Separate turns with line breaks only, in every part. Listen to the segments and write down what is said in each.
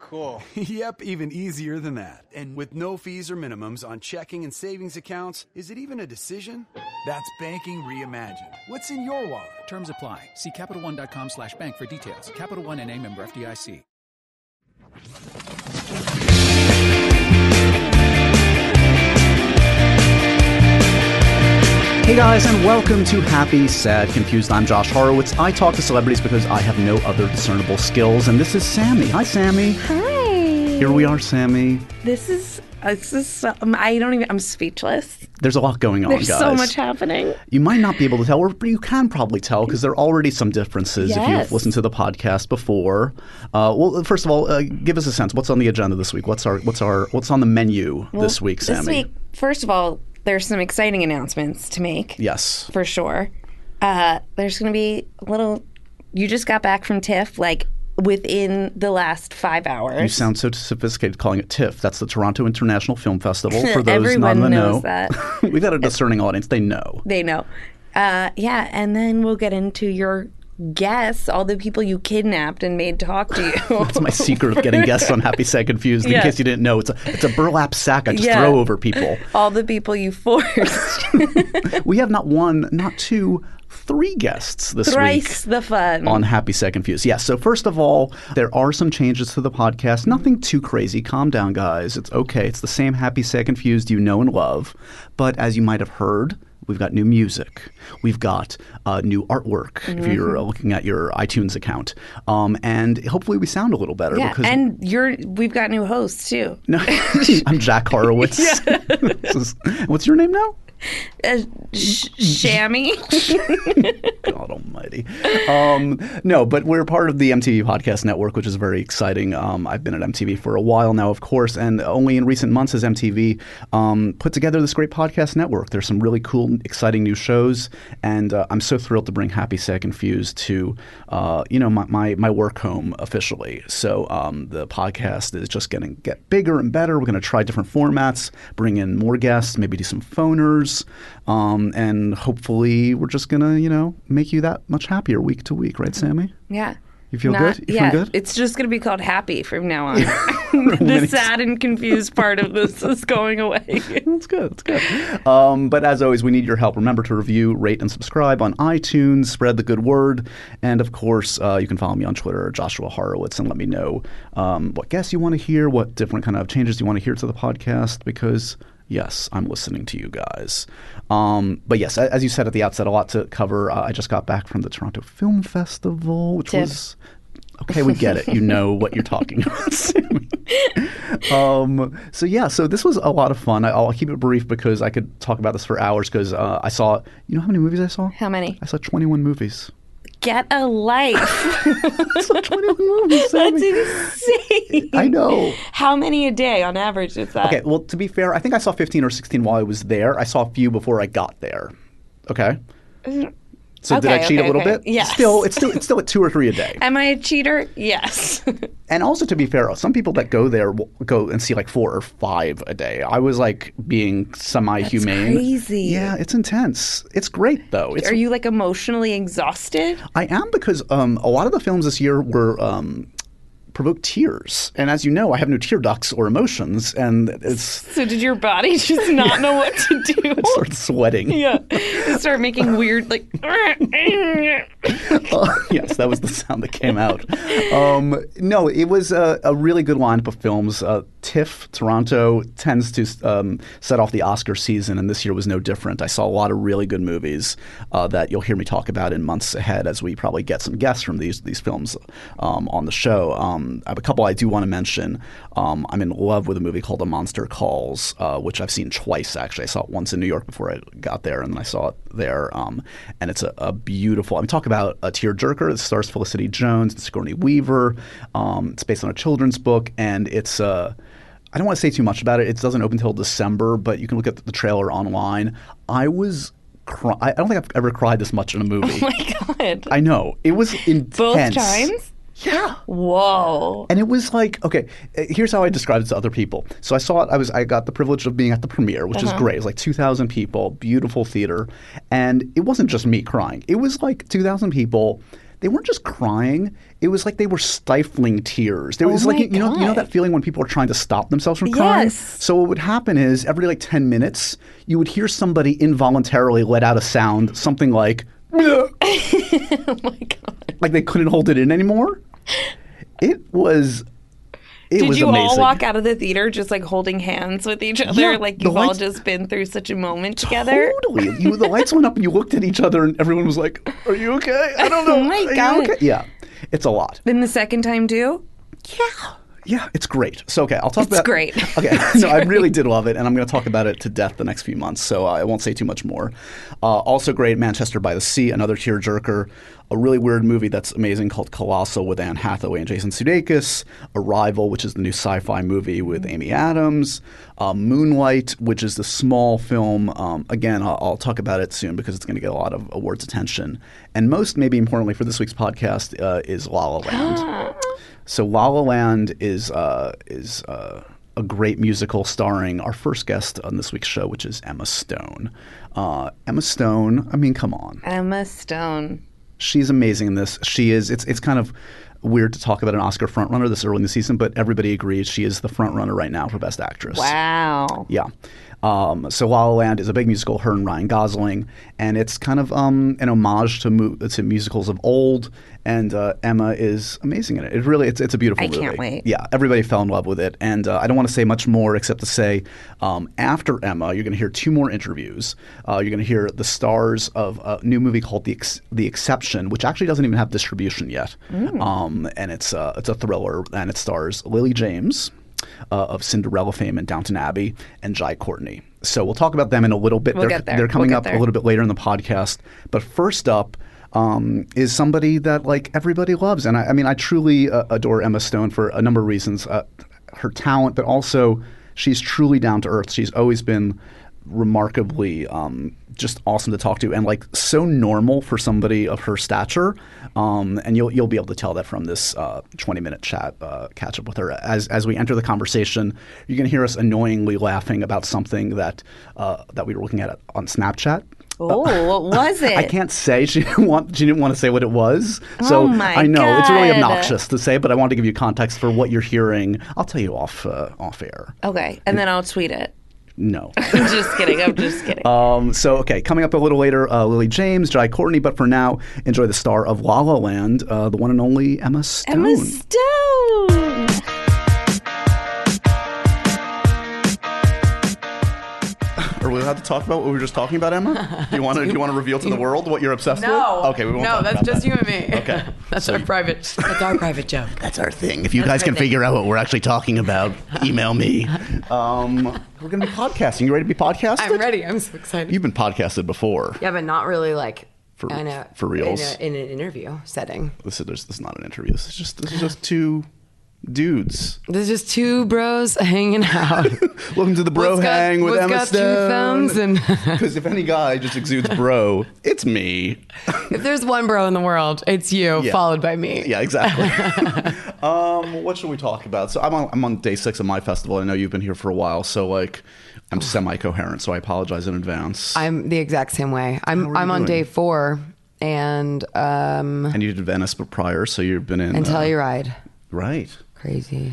Cool.
yep, even easier than that. And with no fees or minimums on checking and savings accounts, is it even a decision? That's banking reimagined. What's in your wallet?
Terms apply. See CapitalOne.com slash bank for details. Capital One and a member FDIC.
Hey guys, and welcome to Happy, Sad, Confused. I'm Josh Horowitz. I talk to celebrities because I have no other discernible skills, and this is Sammy. Hi, Sammy.
Hi.
Here we are, Sammy.
This is this is um, I don't even I'm speechless.
There's a lot going on,
There's
Oh, guys.
so much happening.
You might not be able to tell, or you can probably tell because there are already some differences if you've
Yes.
listened to the podcast before. Uh, well, first of all, uh, give us a sense. What's on the agenda this week? What's our what's our what's on the menu this week, Sammy?
This week, first of all, there's some exciting announcements to make
Yes.
for sure. Uh, there's going to be a little. You just got back from TIFF, like within the last five hours.
You sound so sophisticated calling it TIFF. That's the Toronto International Film Festival. For those
Everyone
not in the
knows
know,
that.
we've got a discerning audience. They know.
they know. Uh, yeah, and then we'll get into your guess, all the people you kidnapped and made talk to you.
That's my secret of getting guests on Happy Sad Confused. In
Yeah.
case you didn't know, it's a it's a burlap sack I just
Yeah.
throw over people.
all the people you forced.
We have not one, not two, three guests this week.
Thrice the fun.
on Happy Second Fuse. Yes. So first of all, there are some changes to the podcast. Nothing too crazy. Calm down, guys. It's okay. It's the same Happy Second Fuse you know and love. But as you might have heard, we've got new music. We've got uh, new artwork.
Mm-hmm.
If you're uh, looking at your iTunes account, um, and hopefully we sound a little better.
yeah,
because
and you're we've got new hosts too.
no, I'm Jack Horowitz. This is- What's your name now?
Uh, sh- Shammy.
God Almighty. Um, no, but we're part of the MTV Podcast Network, which is very exciting. Um, I've been at MTV for a while now, of course, and only in recent months has MTV um, put together this great podcast network. There's some really cool, exciting new shows, and uh, I'm so thrilled to bring Happy Sack and Fuse to, uh, you know, my, my my work home officially. So um, the podcast is just going to get bigger and better. We're going to try different formats, bring in more guests, maybe do some phoners, um, and hopefully we're just going to, you know, make you that much happier week to week, right, Sammy?
yeah.
You feel
Not-
good? You
yeah,
feel good?
it's just going to be called Happy from now on. the sad and confused part of this is going away.
That's good. That's good. Um, but as always, we need your help. Remember to review, rate, and subscribe on iTunes. Spread the good word. And of course, uh, you can follow me on Twitter, Joshua Horowitz, and let me know um, what guests you want to hear, what different kind of changes you want to hear to the podcast, because. Yes, I'm listening to you guys. Um, but yes, a- as you said at the outset, a lot to cover. Uh, I just got back from the Toronto Film Festival, which
Tiff.
was okay. We get it. You know what you're talking about. Sammy. Um, so yeah, so this was a lot of fun. I, I'll keep it brief because I could talk about this for hours. Because uh, I saw, you know, how many movies I saw?
How many?
I saw 21 movies.
Get a life.
I saw 21 movies.
That's
Sammy.
insane.
I know.
How many a day on average is that?
Okay, well, to be fair, I think I saw 15 or 16 while I was there. I saw a few before I got there. Okay. So did I
Mm, Okay,
cheat a
okay,
little
okay.
bit?
Yes.
Still, it's still it's still at two or three a day.
Am I a cheater? Yes.
And also, to be fair, some people that go there will go and see like four or five a day. I was like being semi-humane.
crazy.
Yeah, it's intense. It's great though. It's
Are you like emotionally exhausted?
I am because um, a lot of the films this year were um, provoked tears, and as you know, I have no tear ducts or emotions, and it's
So did your body just not know what to do?
sort of sweating.
yeah. You Start making weird like
Uh, yes, that was the sound that came out. Um, no, it was a, a really good lineup of films. Uh, TIFF Toronto tends to um, set off the Oscar season, and this year was no different. I saw a lot of really good movies uh, that you'll hear me talk about in months ahead as we probably get some guests from these these films um, on the show. Um, I have a couple I do want to mention. Um, I'm in love with a movie called The Monster Calls, uh, which I've seen twice actually. I saw it once in New York before I got there, and then I saw it there. Um, and it's a, a beautiful. I mean, talk about a tearjerker. It stars Felicity Jones and Sigourney Weaver. Um, it's based on a children's book, and it's Uh, I don't want to say too much about it. It doesn't open till December, but you can look at the trailer online. I was. Cry- I I don't think I've ever cried this much in a movie.
my god.
I know it was intense.
times?
Yeah.
Whoa.
And it was like, okay, uh, here's how I described it to other people. So I saw it. I was, I got the privilege of being at the premiere, which
Uh-huh.
is great. It was like 2,000 people, beautiful theater, and it wasn't just me crying. It was like 2,000 people. They weren't just crying. It was like they were stifling tears. There was
Oh my
like you know you know
God.
that feeling when people are trying to stop themselves from crying.
Yes.
So what would happen is every like 10 minutes, you would hear somebody involuntarily let out a sound, something like, "Bleh."
Oh my god.
like they couldn't hold it in anymore. It was. It
Did
was
you
amazing.
all walk out of the theater just like holding hands with each other?
Yeah,
like
the
you've all
lights-
just been through such a moment together?
Totally. You, the lights went up and you looked at each other and everyone was like, "Are you okay? I don't know.
Oh my
Are you
God.
okay?" Yeah, it's a lot.
Then the second time too?
Yeah, it's great. So okay, I'll talk
It's
about.
great.
Okay, no, I really did love it, and I'm going to talk about it to death the next few months. So uh, I won't say too much more. Uh, also great, Manchester by the Sea, another tearjerker. A really weird movie that's amazing called Colossal with Anne Hathaway and Jason Sudeikis. Arrival, which is the new sci-fi movie with Amy Adams. Uh, Moonlight, which is the small film. Um, again, I'll, I'll talk about it soon because it's going to get a lot of awards attention. And most, maybe importantly for this week's podcast, uh, is La La Land. So La La Land is uh, is uh, a great musical starring our first guest on this week's show, which is Emma Stone. Uh, Emma Stone. I mean, come on,
Emma Stone.
she's amazing in this. She is. It's it's kind of weird to talk about an Oscar frontrunner this early in the season, but everybody agrees she is the frontrunner right now for Best Actress.
Wow.
Yeah. Um, so La La Land is a big musical, her and Ryan Gosling, and it's kind of um, an homage to mu- to musicals of old. And uh, Emma is amazing in it. It really it's it's a beautiful
I
movie.
can't wait.
Yeah, everybody fell in love with it, and uh, I don't want to say much more except to say um, after Emma, you're going to hear two more interviews. Uh, you're going to hear the stars of a new movie called The Ex- The Exception, which actually doesn't even have distribution yet,
Mm.
um, and it's uh, it's a thriller, and it stars Lily James uh, of Cinderella fame and Downton Abbey, and Jai Courtney. So we'll talk about them in a little bit.
We'll
they're,
get there.
they're coming
We'll
up
get there.
a little bit later in the podcast. But first up um, is somebody that like everybody loves, and I, I mean I truly uh, adore Emma Stone for a number of reasons. Uh, her talent, but also she's truly down to earth. She's always been remarkably um, just awesome to talk to, and like so normal for somebody of her stature. Um, and you'll you'll be able to tell that from this uh, 20 minute chat uh, catch up with her. As as we enter the conversation, you're gonna hear us annoyingly laughing about something that uh, that we were looking at on Snapchat.
Oh, what was it?
Uh, I can't say she didn't want she didn't want to say what it was. So
Oh my
I know it's really
God.
obnoxious to say, but I want to give you context for what you're hearing. I'll tell you off uh, off air.
Okay. And then I'll tweet it.
No.
I'm just kidding. I'm just kidding.
Um, so, okay, coming up a little later, uh, Lily James, Jai Courtney, but for now, enjoy the star of La La Land, uh, the one and only Emma Stone.
Emma Stone.
Are we allowed to talk about what we were just talking about, Emma? Do you want to? do you want to reveal to the world what you're obsessed
No.
with? Okay, we won't.
No,
talk
that's
about
just
that.
you and me.
Okay.
that's
So
our
you-
private. That's our private joke.
That's our thing. If you guys can figure out what we're actually talking about, email me. Um, we're going to be podcasting. You ready to be podcasted?
I'm ready. I'm so excited.
You've been podcasted before.
yeah, but not really like
For-
in a,
for reals.
in, a, in an interview setting.
This is, this is not an interview. This is just this is just two dudes.
There's just two bros hanging out.
Welcome to the bro
What's got-
hang with
what's
Emma
got two
Stone.
thumbs and-
Because if any guy just exudes bro, it's me.
if there's one bro in the world, it's you,
Yeah.
followed by me.
Yeah, exactly. um, what should we talk about? So I'm on, I'm on day six of my festival. I know you've been here for a while, so like I'm semi-coherent. So I apologize in advance.
I'm the exact same way.
How are
I'm
you
I'm on
doing?
day
Uh.
four, and um,
and you did Venice, but prior, so you've been in
and
uh,
Telluride.
right.
Crazy.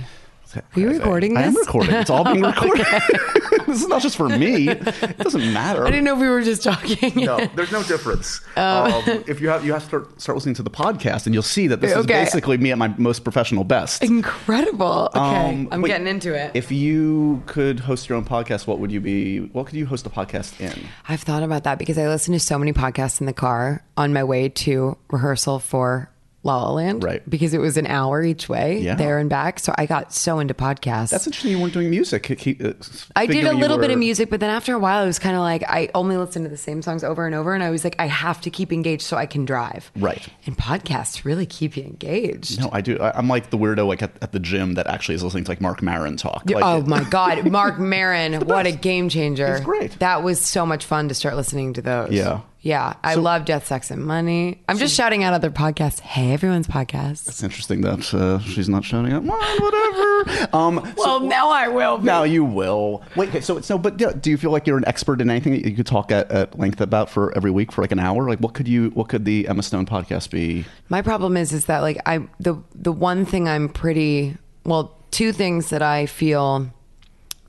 Are
you recording
I am
this?
recording. It's all being recorded. this is not just for me. It doesn't matter.
I didn't know if we were just talking.
no, there's no difference.
Oh.
Um, if you have, you have to start, start listening to the podcast, and you'll see that this is
Okay.
basically me at my most professional best.
Incredible. Okay,
Um,
I'm
wait.
getting into it.
If you could host your own podcast, what would you be? What could you host a podcast in?
I've thought about that because I listen to so many podcasts in the car on my way to rehearsal for La La Land.
Right.
Because it was an hour each way,
Yeah.
there and back. So I got so into podcasts.
That's interesting. You weren't doing music. Ke- ke- uh,
I did
figure
a
you
little bit of
were-
music, but then after a while, it was kind of like I only listened to the same songs over and over. And I was like, I have to keep engaged so I can drive.
Right.
And podcasts really keep you engaged.
No, I do. I, I'm like the weirdo like at, at the gym that actually is listening to like Mark Maron talk. Like,
oh my God, Mark Marin, what a game changer!
It's great.
That was so much fun to start listening to those.
Yeah.
Yeah, I love Death, Sex, and Money. I'm just shouting out other podcasts. Hey, everyone's podcast.
It's interesting that uh, she's not shouting out. Mine, whatever. Um, so-
Well, now I will. Be.
Now you will. Wait, okay, so it's no, but do do you feel like you're an expert in anything that you could talk at, at length about for every week for like an hour? Like, what could you, what could the Emma Stone podcast be?
My problem is is that like I the the one thing I'm pretty well two things that I feel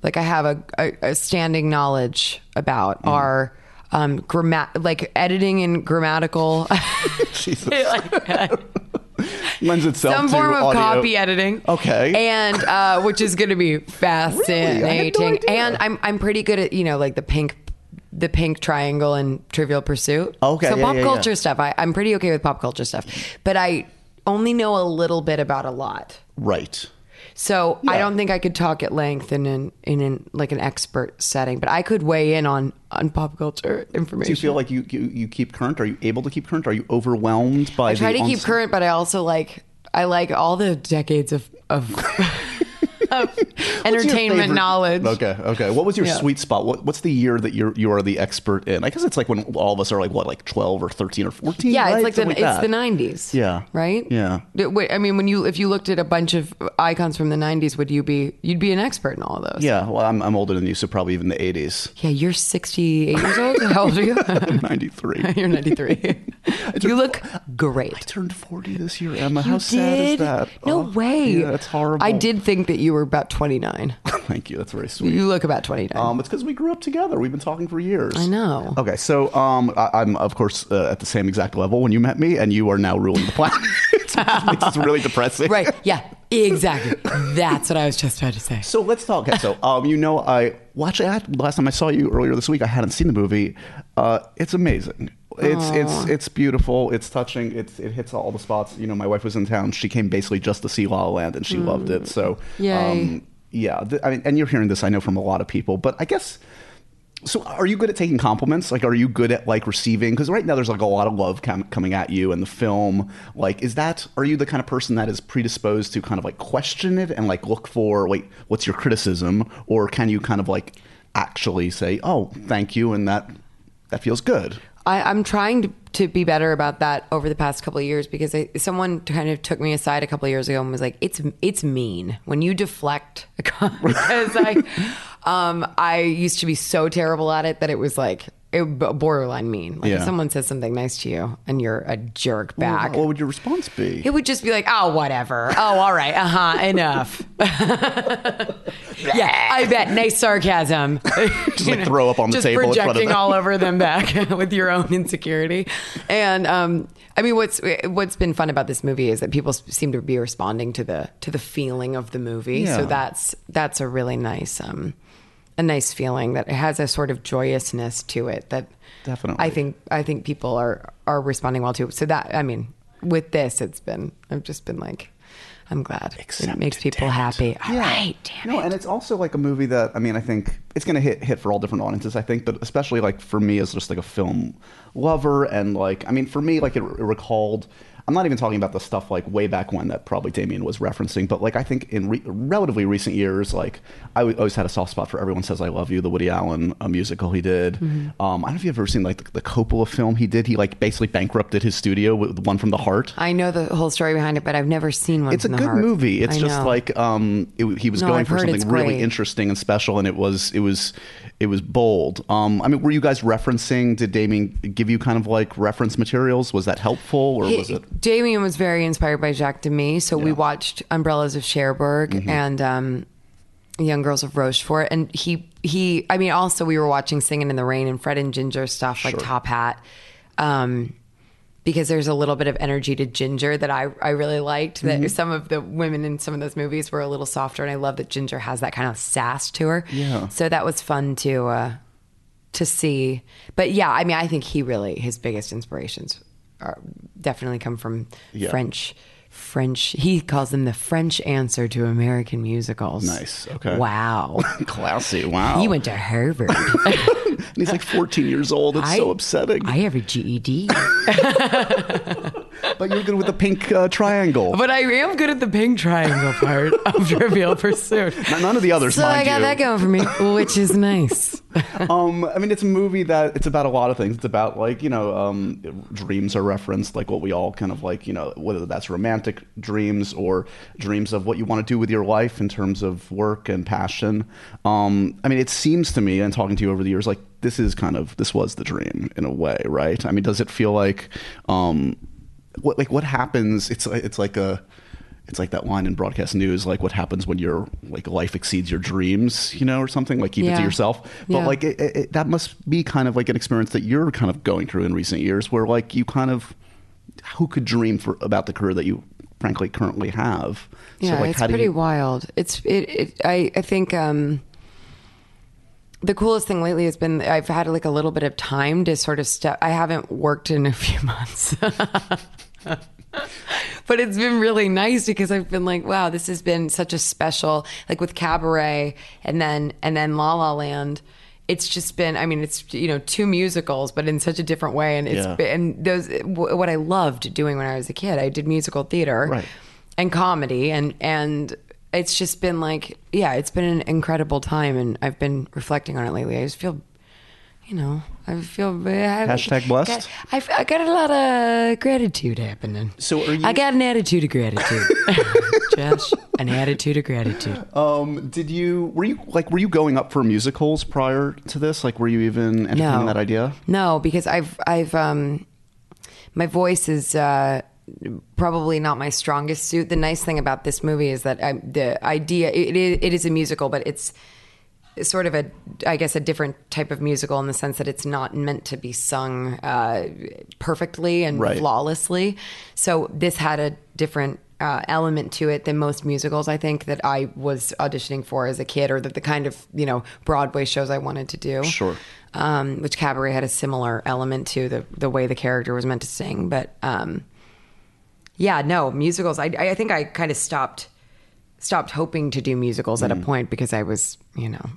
like I have a, a, a standing knowledge about are um gramma- like editing and grammatical
Jesus. Lends itself
some
to
form of
audio.
copy editing.
Okay.
And uh, which is going to be fascinating.
Really? I had no idea.
and I'm I'm pretty good at you know like the pink the pink triangle and Trivial Pursuit.
Okay,
So
yeah,
pop
yeah, yeah.
culture stuff. I, I'm pretty okay with pop culture stuff, but I only know a little bit about a lot.
right.
So I don't think I could talk at length in an in an like an expert setting, but I could weigh in on on pop culture information.
Do you feel like you, you, you keep current? Are you able to keep current? Are you overwhelmed by
I try
the
to keep
onset-
current, but I also like I like all the decades of of, of
What's your
entertainment
favorite-
knowledge.
Okay, okay. What was your
Yeah.
sweet spot? What, what's the year that you're you are the expert in? I guess it's like when all of us are like what, like twelve or thirteen or fourteen.
Yeah,
right?
it's like the
Something
it's
that.
the nineties.
Yeah.
Right.
Yeah.
The- wait, I mean, when you if you looked at a bunch of icons from the nineties, would you be you'd be an expert in all of those?
Yeah, well, I'm, I'm older than you, so probably even the eighties.
Yeah, you're 68 years old. How old are you?
Ninety three.
you're 93. you look
I
great.
turned 40 this year, Emma.
You
How sad is
did?
that?
No
Oh,
way.
Yeah, that's horrible.
I did think that you were about 29.
Thank you. That's very sweet.
You look about 29.
Um, it's because we grew up together. We've been talking for years.
I know.
Okay, so um, I, I'm of course uh, at the same exact level when you met me, and you are now ruling the planet. it's really depressing.
Right. Yeah. Exactly. That's what I was just about to say.
So let's talk. Okay, so um, you know, I watch. I had, last time I saw you earlier this week, I hadn't seen the movie. Uh, it's amazing. It's it's it's beautiful. It's touching. It's it hits all the spots. You know, my wife was in town. She came basically just to see La La Land, and she loved
Hmm.
it. So
Yay.
Um, yeah. Th- I mean, and you're hearing this, I know, from a lot of people. But I guess. So, are you good at taking compliments? Like, are you good at like receiving? Because right now there's like a lot of love com- coming at you in the film. Like, is that are you the kind of person that is predisposed to kind of like question it and like look for wait, what's your criticism, or can you kind of like actually say, oh, thank you, and that that feels good?
I, I'm trying to, to be better about that over the past couple of years because I, someone kind of took me aside a couple of years ago and was like, "It's it's mean when you deflect," because I um, I used to be so terrible at it that it was like it b- borderline mean. Like if
Yeah.
someone says something nice to you and you're a jerk back.
What would your response be?
it would just be like, oh, whatever. Oh, all right. Uh huh. Enough. yeah, I bet. Nice sarcasm.
Just like throw up on the
just
table in front of
projecting
them.
all over them back with your own insecurity. And um, I mean, what's what's been fun about this movie is that people s- seem to be responding to the to the feeling of the movie. So
Yeah.
that's that's a really nice um, a nice feeling that it has a sort of joyousness to it that
Definitely.
I think I think people are are responding well to. it. So that I mean, with this, it's been I've just been like. I'm glad. it makes people happy. All right, damn
no,
it.
and it's also like a movie that I mean, I think it's going to hit hit for all different audiences. I think, but especially like for me as just like a film lover, and like I mean, for me, like it, it recalled. I'm not even talking about the stuff like way back when that probably Damien was referencing, but like I think in re- relatively recent years, like I w- always had a soft spot for "Everyone Says I Love You," the Woody Allen uh, musical he did.
Mm-hmm.
Um, I don't know if you've ever seen like the, the Coppola film he did. He like basically bankrupted his studio with one from the heart.
I know the whole story behind it, but I've never seen one.
It's a
from the
good
Heart.
movie. It's
I
just
know.
like um, it, he was
No,
going
I've
for
heard
something
it's
really
great.
interesting and special, and it was it was it was bold. Um, I mean, were you guys referencing? Did Damien give you kind of like reference materials? Was that helpful, or
He-
was it?
Damien was very inspired by Jacques Demy, so we
Yeah. Mm-hmm.
watched Umbrellas of Cherbourg and um, Young Girls of Rochefort, and he he. I mean, also we were watching Singing in the Rain and Fred and Ginger stuff like Top Hat. Um, because there's a little bit of energy to Ginger that I, I really liked.
Mm-hmm.
That some of the women in some of those movies were a little softer, and I love that Ginger has that kind of sass to her.
Yeah.
So that was fun to uh, to see. But yeah, I mean, I think he really his biggest inspirations are definitely come from
Yeah.
French. French. He calls them the French answer to American musicals.
Nice. Okay.
Wow.
Classy. Wow.
He went to Harvard.
and he's like 14 years old. It's so
I-
upsetting.
I have a E GED.
but you're good with the pink uh, triangle.
But I am good at the pink triangle part of Trivial Pursuit.
None of the others,
So
mind
I got
you.
that going for me, which is nice.
um, I mean, it's a movie that it's about a lot of things. It's about like you know, um, dreams are referenced, like what we all kind of like, you know, whether that's romantic dreams or dreams of what you want to do with your life in terms of work and passion. Um, I mean, it seems to me, and talking to you over the years, like this is kind of this was the dream in a way, right? I mean, does it feel like, um, what like what happens? It's it's like a it's like that line in broadcast news like what happens when your like life exceeds your dreams you know or something like keep it
Yeah.
to yourself but
Yeah.
like it, it, that must be kind of like an experience that you're kind of going through in recent years where like you kind of who could dream for about the career that you frankly currently have
Yeah,
like
it's pretty wild. It's it, it I I think um the coolest thing lately has been I've had like a little bit of time to sort of step I haven't worked in a few months. but it's been really nice because I've been like, wow, this has been such a special like with Cabaret and then and then La La Land. It's just been, I mean, it's you know two musicals, but in such a different way, and it's
Yeah.
been and those wh- what I loved doing when I was a kid. I did musical theater
Right.
and comedy, and and it's just been like, yeah, it's been an incredible time, and I've been reflecting on it lately. I just feel. You know, I feel
Hashtag blessed?
Got- I, f- I got a lot of gratitude happening.
So are you-
I got an attitude of gratitude. Josh, an attitude of gratitude.
um did you were you like were you going up for musicals prior to this like were you even entertaining that idea
No, because I've I've um my voice is uh probably not my strongest suit. The nice thing about this movie is that I, the idea it, it, it is a musical, but it's sort of a I guess a different type of musical in the sense that it's not meant to be sung uh, perfectly and
Right.
flawlessly. So this had a different uh, element to it than most musicals I think that I was auditioning for as a kid or that the kind of you know Broadway shows I wanted to do
Sure.
um, which cabaret had a similar element to the the way the character was meant to sing. But um, yeah, no musicals. I I think I kind of stopped stopped hoping to do musicals
Mm.
at a point because I was you know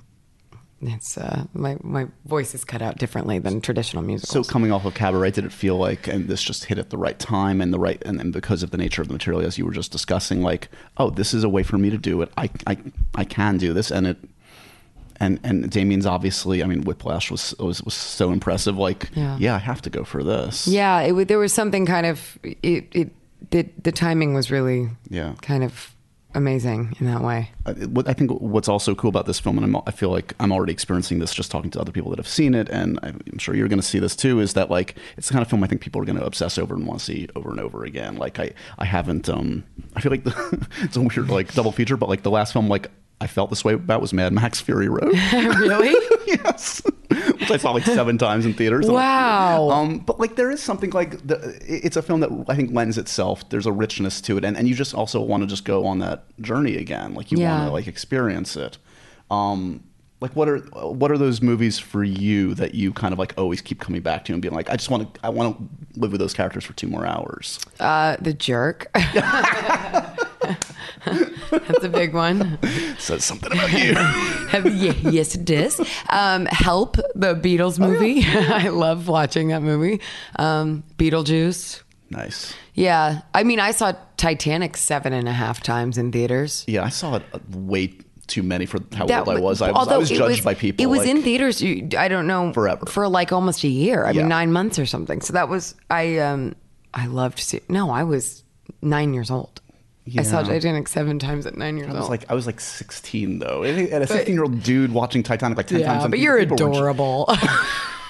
it's uh, my my voice is cut out differently than traditional
So
musicals.
coming off of cabaret, did it feel like, and this just hit at the right time and the right, and, and because of the nature of the material, as you were just discussing, like, oh, this is a way for me to do it. I, I, I can do this, and it, and and Damien's obviously, I mean, Whiplash was was, was so impressive. Like,
Yeah.
yeah. I have to go for this.
yeah, it wa- there was something kind of it it the, the timing was really
Yeah.
kind of amazing in that way.
I- what I think what's also cool about this film, and I'm, I feel like I'm already experiencing this just talking to other people that have seen it, and I'm sure you're going to see this too, is that like it's the kind of film I think people are going to obsess over and want to see over and over again. Like I, I haven't. Um, I feel like the, it's a weird like double feature, but like the last film, like I felt this way about was Mad Max Fury Road.
really?
yes. Which I saw like seven times in theaters. I'm like,
Wow.
Um, but like there is something like the, it- it's a film that I think lends itself. There's a richness to it, and, and you just also want to just go on that journey again. Like you want
Yeah.
to like experience it. Um, like what are what are those movies for you that you kind of like always keep coming back to and being like, I just want to I want to live with those characters for two more hours.
Uh, the jerk. That's a big one.
Says something about you.
Have, ye- yes, it is. Um, Help, the Beatles movie. I love watching that movie. Um, Beetlejuice.
nice.
Yeah. I mean, I saw Titanic seven and a half times in theaters.
Yeah, I saw it uh, way too many for how old I
w-
was. I was, I
although
was
it
judged by people.
It was
like-
in theaters. You, I don't know
Forever.
for like almost a year. I
Yeah.
mean, nine months or something. So that was I. Um, I loved. See- no, I was nine years old. I saw
Yeah.
Titanic seven times at nine years
I
old.
was like, I was like 16 though, and a 16 year old dude watching Titanic like 10 times.
yeah,
on
but you're
people were just-
adorable.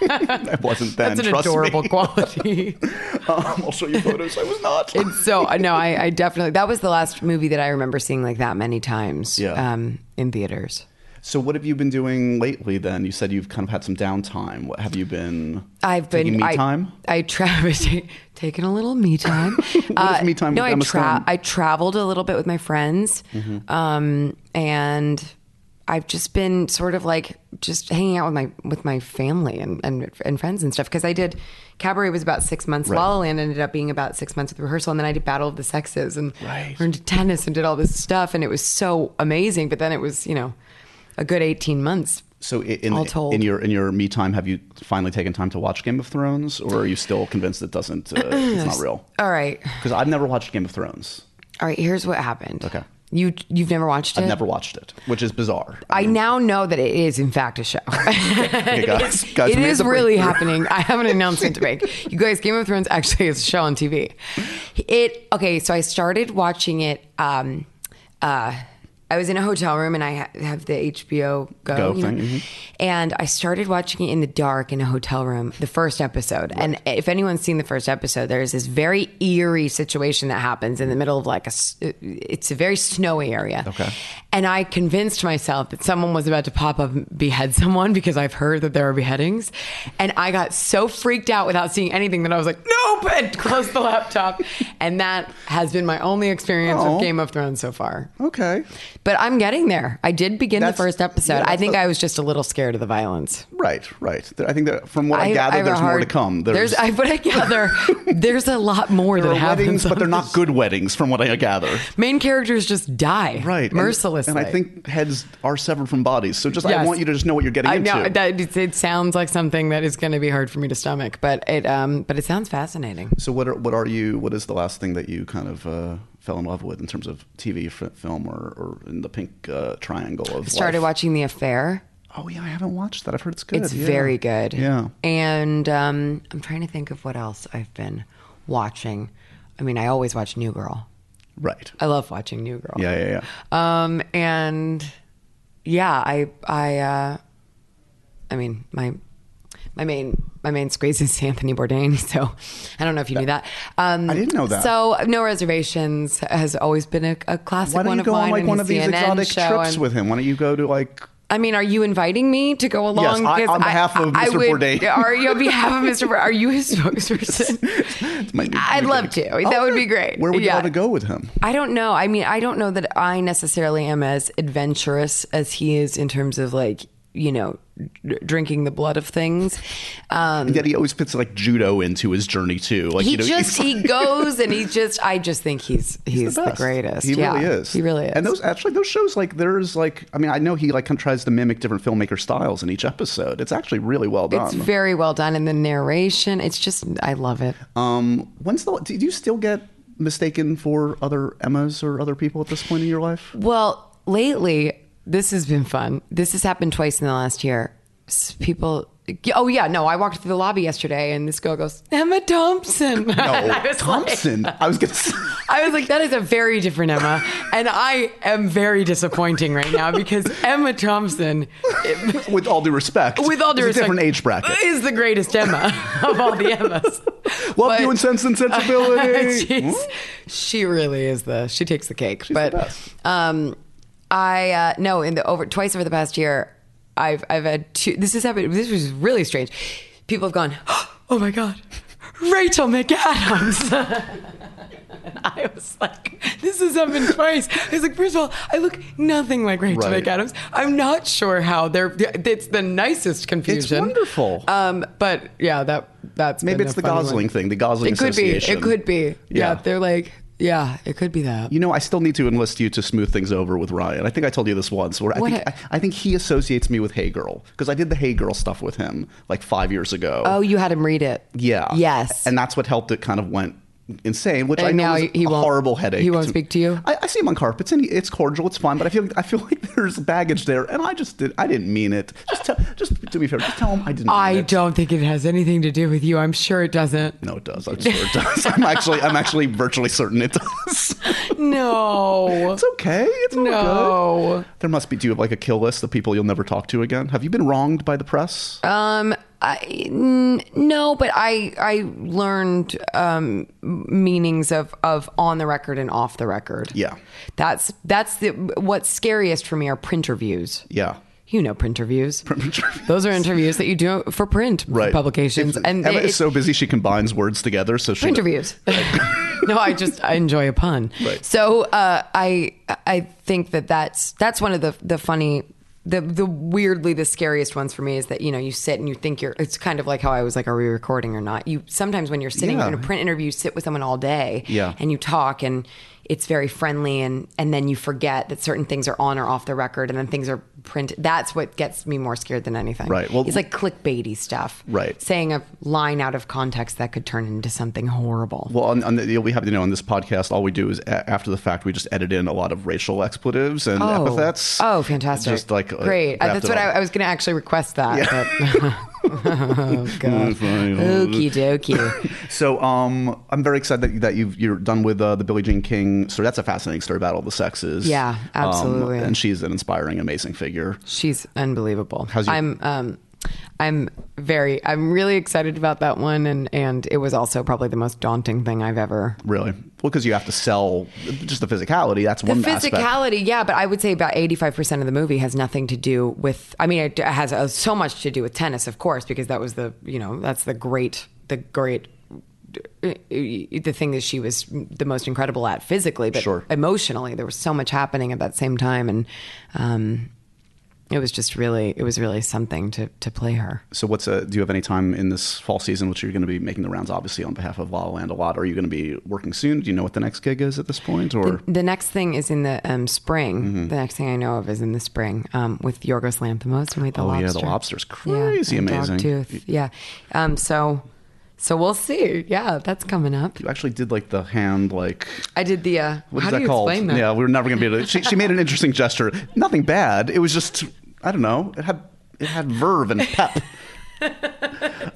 I wasn't then.
That's an
trust
adorable
Me.
quality.
Um, I'll show you photos. I was not.
It's so I know I, I definitely that was the last movie that I remember seeing like that many times
Yeah.
um, in theaters.
so, what have you been doing lately? Then you said you've kind of had some downtime. What have you been?
I've been
Taking me
I,
time.
I traveled, taking a little me time. Uh,
What is me time
No,
with
I,
Emma Stone? Mm-hmm.
I traveled a little bit with my friends, um, and I've just been sort of like just hanging out with my with my family and and, and friends and stuff. Because I did cabaret was about six months. La La Land ended up being about six months with rehearsal, and then I did Battle of the Sexes and
Right.
learned tennis and did all this stuff, and it was so amazing. But then it was you know a good eighteen months.
So, i- in,
all told.
in your in your me time, have you finally taken time to watch Game of Thrones, or are you still convinced it doesn't? Uh, it's not real?
All right.
Because I've never watched Game of Thrones.
All right, here's what happened.
Okay.
You you've never watched it?
I've never watched it, which is bizarre.
I now know that it is in fact a show.
Okay, guys, guys,
it
we made
is
the
really
breakthrough.
happening. I have an announcement to make. You guys, Game of Thrones actually is a show on TV. It okay. So I started watching it. Um, uh, I was in a hotel room and I ha- have the HBO Go,
Go
you know?
thing, mhm.
and I started watching it in the dark in a hotel room. The first episode, and if anyone's seen the first episode, there's this very eerie situation that happens in the middle of like a. s- It's a very snowy area.
Okay.
And I convinced myself that someone was about to pop up and behead someone because I've heard that there are beheadings. And I got so freaked out without seeing anything that I was like, nope, and closed the laptop. and that has been my only experience
Oh.
with Game of Thrones so far.
Okay.
But I'm getting there. I did begin
That's-
the first episode.
yeah,
I
that's
think
a-
I was just a little scared of the violence.
Right, right. There- I think that from what I,
have
gather,
a
there's more to
hard-
come.
There's, I, but I gather there's a lot more
there
that
are
happens.
weddings, but
on
they're
this-
not good weddings, from what I gather.
Main characters just die
Right, and-
mercilessly.
And, I think heads are severed from bodies. So just I
Yes.
want you to just know what you're getting
I
into.
know that it, it sounds like something that is going to be hard for me to stomach, but it um but it sounds fascinating.
so what are what are you? What is the last thing that you kind of uh, fell in love with in terms of TV, f- film, or, or in the pink uh, triangle of?
Started
life?
watching The Affair.
Oh yeah, I haven't watched that. I've heard it's good.
It's
yeah.
very good.
Yeah.
And um, I'm trying to think of what else I've been watching. I mean, I always watch New Girl.
Right.
I love watching New Girl.
Yeah, yeah, yeah.
Um, and yeah, I, I, uh, I mean, my, my main, my main squeeze is Anthony Bourdain. So I don't know if you knew that. Um,
I didn't know that.
So no reservations has always been a, a classic
Why don't
one
you
of
go
mine.
on like
and
one
his
of these
CNN
exotic
show
trips
and-
with him? Why don't you go to like?
I mean, are you inviting me to go along?
I-
Because
on behalf of Mr.
would-
Bourdain.
Are you on behalf of Mr. Bourdain? Are you his spokesperson?
It might be- Oh,
I'd love to. That would be great.
Where would you
Yeah.
all to go with him?
I don't know. I mean, I don't know that I necessarily am as adventurous as he is in terms of like, you know, d- drinking the blood of things. Um,
Yet he always puts like judo into his journey too. Like
he
you know,
just
he's-
he goes and he just. I just think he's he's, the,
best.
greatest.
He
Yeah,
really is.
He really is.
And those actually those shows like there's like I mean I know he like kind of tries to mimic different filmmaker styles in each episode. It's actually really well done.
it's very well done, and the narration. It's just I love it.
um, when's the do you still get mistaken for other Emmas or other people at this point in your life?
Well, lately, this has been fun. This has happened twice in the last year. S- People, oh yeah, no, I walked through the lobby yesterday, and this girl goes, Emma Thompson. No, I was
Thompson.
Like,
I was gonna say
I was like, that is a very different Emma, and I am very disappointing right now because Emma Thompson,
with all due respect.
with all due respect,
it's
Uh,
a different age bracket.
is the greatest Emma of all the Emmas.
Love
But- Uh,
you and sense and sensibility. Hmm?
She's- she really is the she takes the cake. but
the best.
um I uh no, in the over twice over the past year, I've I've had two this has happened this was really strange. People have gone, Oh my god, Rachel McAdams And I was like, this has happened twice. I was like, first of all, I look nothing like Rachel
Right.
McAdams. I'm not sure how they're. It's the nicest confusion.
wonderful.
Um, but yeah, that that's
Maybe
been
it's
a
the
funny one.
Gosling thing, the Gosling
It could be.
Association.
It could be. Yeah.
Yeah.
they're like, yeah, it could be that.
You know, I still need to enlist you to smooth things over with Ryan. I think I told you this once. Where I
What
think
a-
I, I think he associates me with Hey Girl because I did the Hey Girl stuff with him like five years ago.
oh, you had him read it.
yeah,
Yes.
and that's what helped it kind of went insane, which
And
I
now
know is
he
a
won't-
horrible headache.
he won't speak to you?
I, I see him on carpets, and he, it's cordial, it's fun, but I feel I feel like there's baggage there, and I just did I didn't mean it. Just tell, just do me a favor, just tell him I didn't.
I
mean it.
don't think it has anything to do with you. I'm sure it doesn't.
No, it does. I'm sure it does. I'm actually I'm actually virtually certain it does.
No.
It's okay. It's all
No.
good. There must be. Do you have like a kill list of people you'll never talk to again? Have you been wronged by the press?
Um, I, n- no, but I I learned um, meanings of of on the record and off the record.
Yeah.
that's that's the what's scariest for me are print reviews.
yeah.
You know, print reviews.
interviews.
Those are interviews that you do for print
Right.
publications,
If-
and
Emma
it-
is so busy she combines words together. So she
for interviews. no, I just I enjoy a pun.
Right.
So uh, I I think that that's that's one of the the funny. The, the weirdly the scariest ones for me is that you know you sit and you think you're it's kind of like how I was like are we recording or not you sometimes when you're sitting
Yeah.
in a print interview you sit with someone all day
Yeah.
and you talk and it's very friendly and and then you forget that certain things are on or off the record and then things are print. That's what gets me more scared than anything.
Right, well-
it's like clickbaity stuff.
Right.
Saying a line out of context that could turn into something horrible.
Well, on, on the, you'll be happy to know on this podcast, all we do is a- after the fact, we just edit in a lot of racial expletives and
Oh.
epithets.
Oh, fantastic!
Just like uh,
great. Uh,
wrapped
that's
it
what I,
up.
I was going to actually request that. but- oh god.
fine.
Okie dokie.
So um, I'm very excited that, that you've, you're done with uh, the Billie Jean King. So that's a fascinating story, Battle of the Sexes.
Yeah,
Um,
absolutely.
and she's an inspiring, amazing figure.
She's unbelievable.
How's your-
I'm um I'm very I'm really excited about that one and and it was also probably the most daunting thing I've ever
Really, well, because you have to sell just the physicality. That's
the
one aspect.
physicality, yeah, but I would say about 85% of the movie has nothing to do with I mean it has uh, so much to do with tennis of course because that was the, you know, that's the great the great uh, the thing that she was the most incredible at physically but
Sure.
emotionally there was so much happening at that same time and um it was just really it was really something to to play her.
So, what's a, do you have any time in this fall season, which you're going to be making the rounds, obviously, on behalf of La La Land a lot? Are you going to be working soon? Do you know what the next gig is at this point? Or
The next thing is in the um, spring.
Mm-hmm.
The next thing I know of is in the spring um, with Yorgos Lanthimos and with the
oh
lobster.
yeah, the lobster's crazy
and
amazing.
Dogtooth. Yeah. Um, so, so we'll see. Yeah, that's coming up.
You actually did like the hand, like
I did the. Uh,
What is
how do
that
you
called?
explain that?
Yeah, we were never going to be able to. She, she made an interesting gesture. Nothing bad. It was just, I don't know. It had it had verve and pep.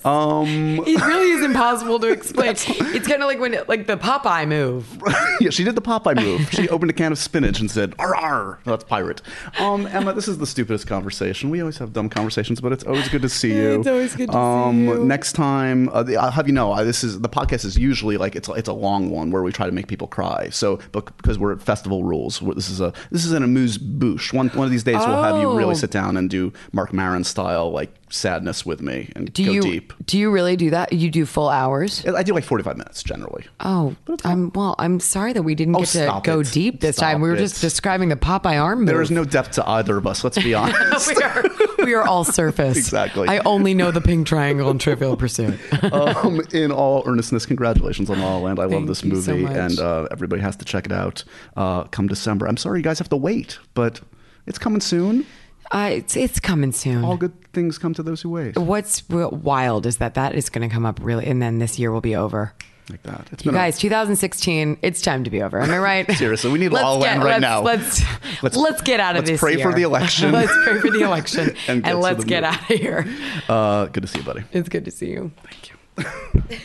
um,
It really is impossible to explain. it's kind of like when, like the Popeye move.
yeah, she did the Popeye move. She opened a can of spinach and said, "Arr, arr." No, that's pirate. Um, Emma, this is the stupidest conversation. We always have dumb conversations, but it's always good to see you.
it's always good to see
um,
you.
Next time, uh, the, I'll have you know, uh, this is the podcast is usually like it's it's a long one where we try to make people cry. So, but because we're at festival rules, we're- this is a this is an amuse bouche. One one of these days, we'll have you really
Oh.
sit down and do Mark Maron style like sadness with me and
Do
go
you
deep.
do you really do that? You do full hours?
I do like forty five minutes generally.
Oh, I'm well. I'm sorry that we didn't
Oh,
get to
stop
go
it.
deep this
Stop
time. We were
it.
just describing the Popeye arm move.
There is no depth to either of us. Let's be honest.
we are we are all surface.
Exactly.
I only know the pink triangle and Trivial Pursuit.
um, in all earnestness, congratulations on La La Land. I love
Thank
this
you so
movie,
much.
and uh, everybody has to check it out uh, come December. I'm sorry you guys have to wait, but it's coming soon.
Uh, it's it's coming soon.
All good things come to those who wait.
What's w- wild is that that is going to come up really, and then this year will be over.
Like that. It's
You
been a-
guys, 2016, it's time to be over. Am I right?
Seriously, we need
Let's
La La Land
get-
right
let's-
now.
Let's
Let's-
let's, get out of
let's
this.
pray for
year.
the election.
let's pray for the election, and,
And get to
let's
the
get
movie.
out of here.
uh, good to see you, buddy.
It's good to see you. Thank you.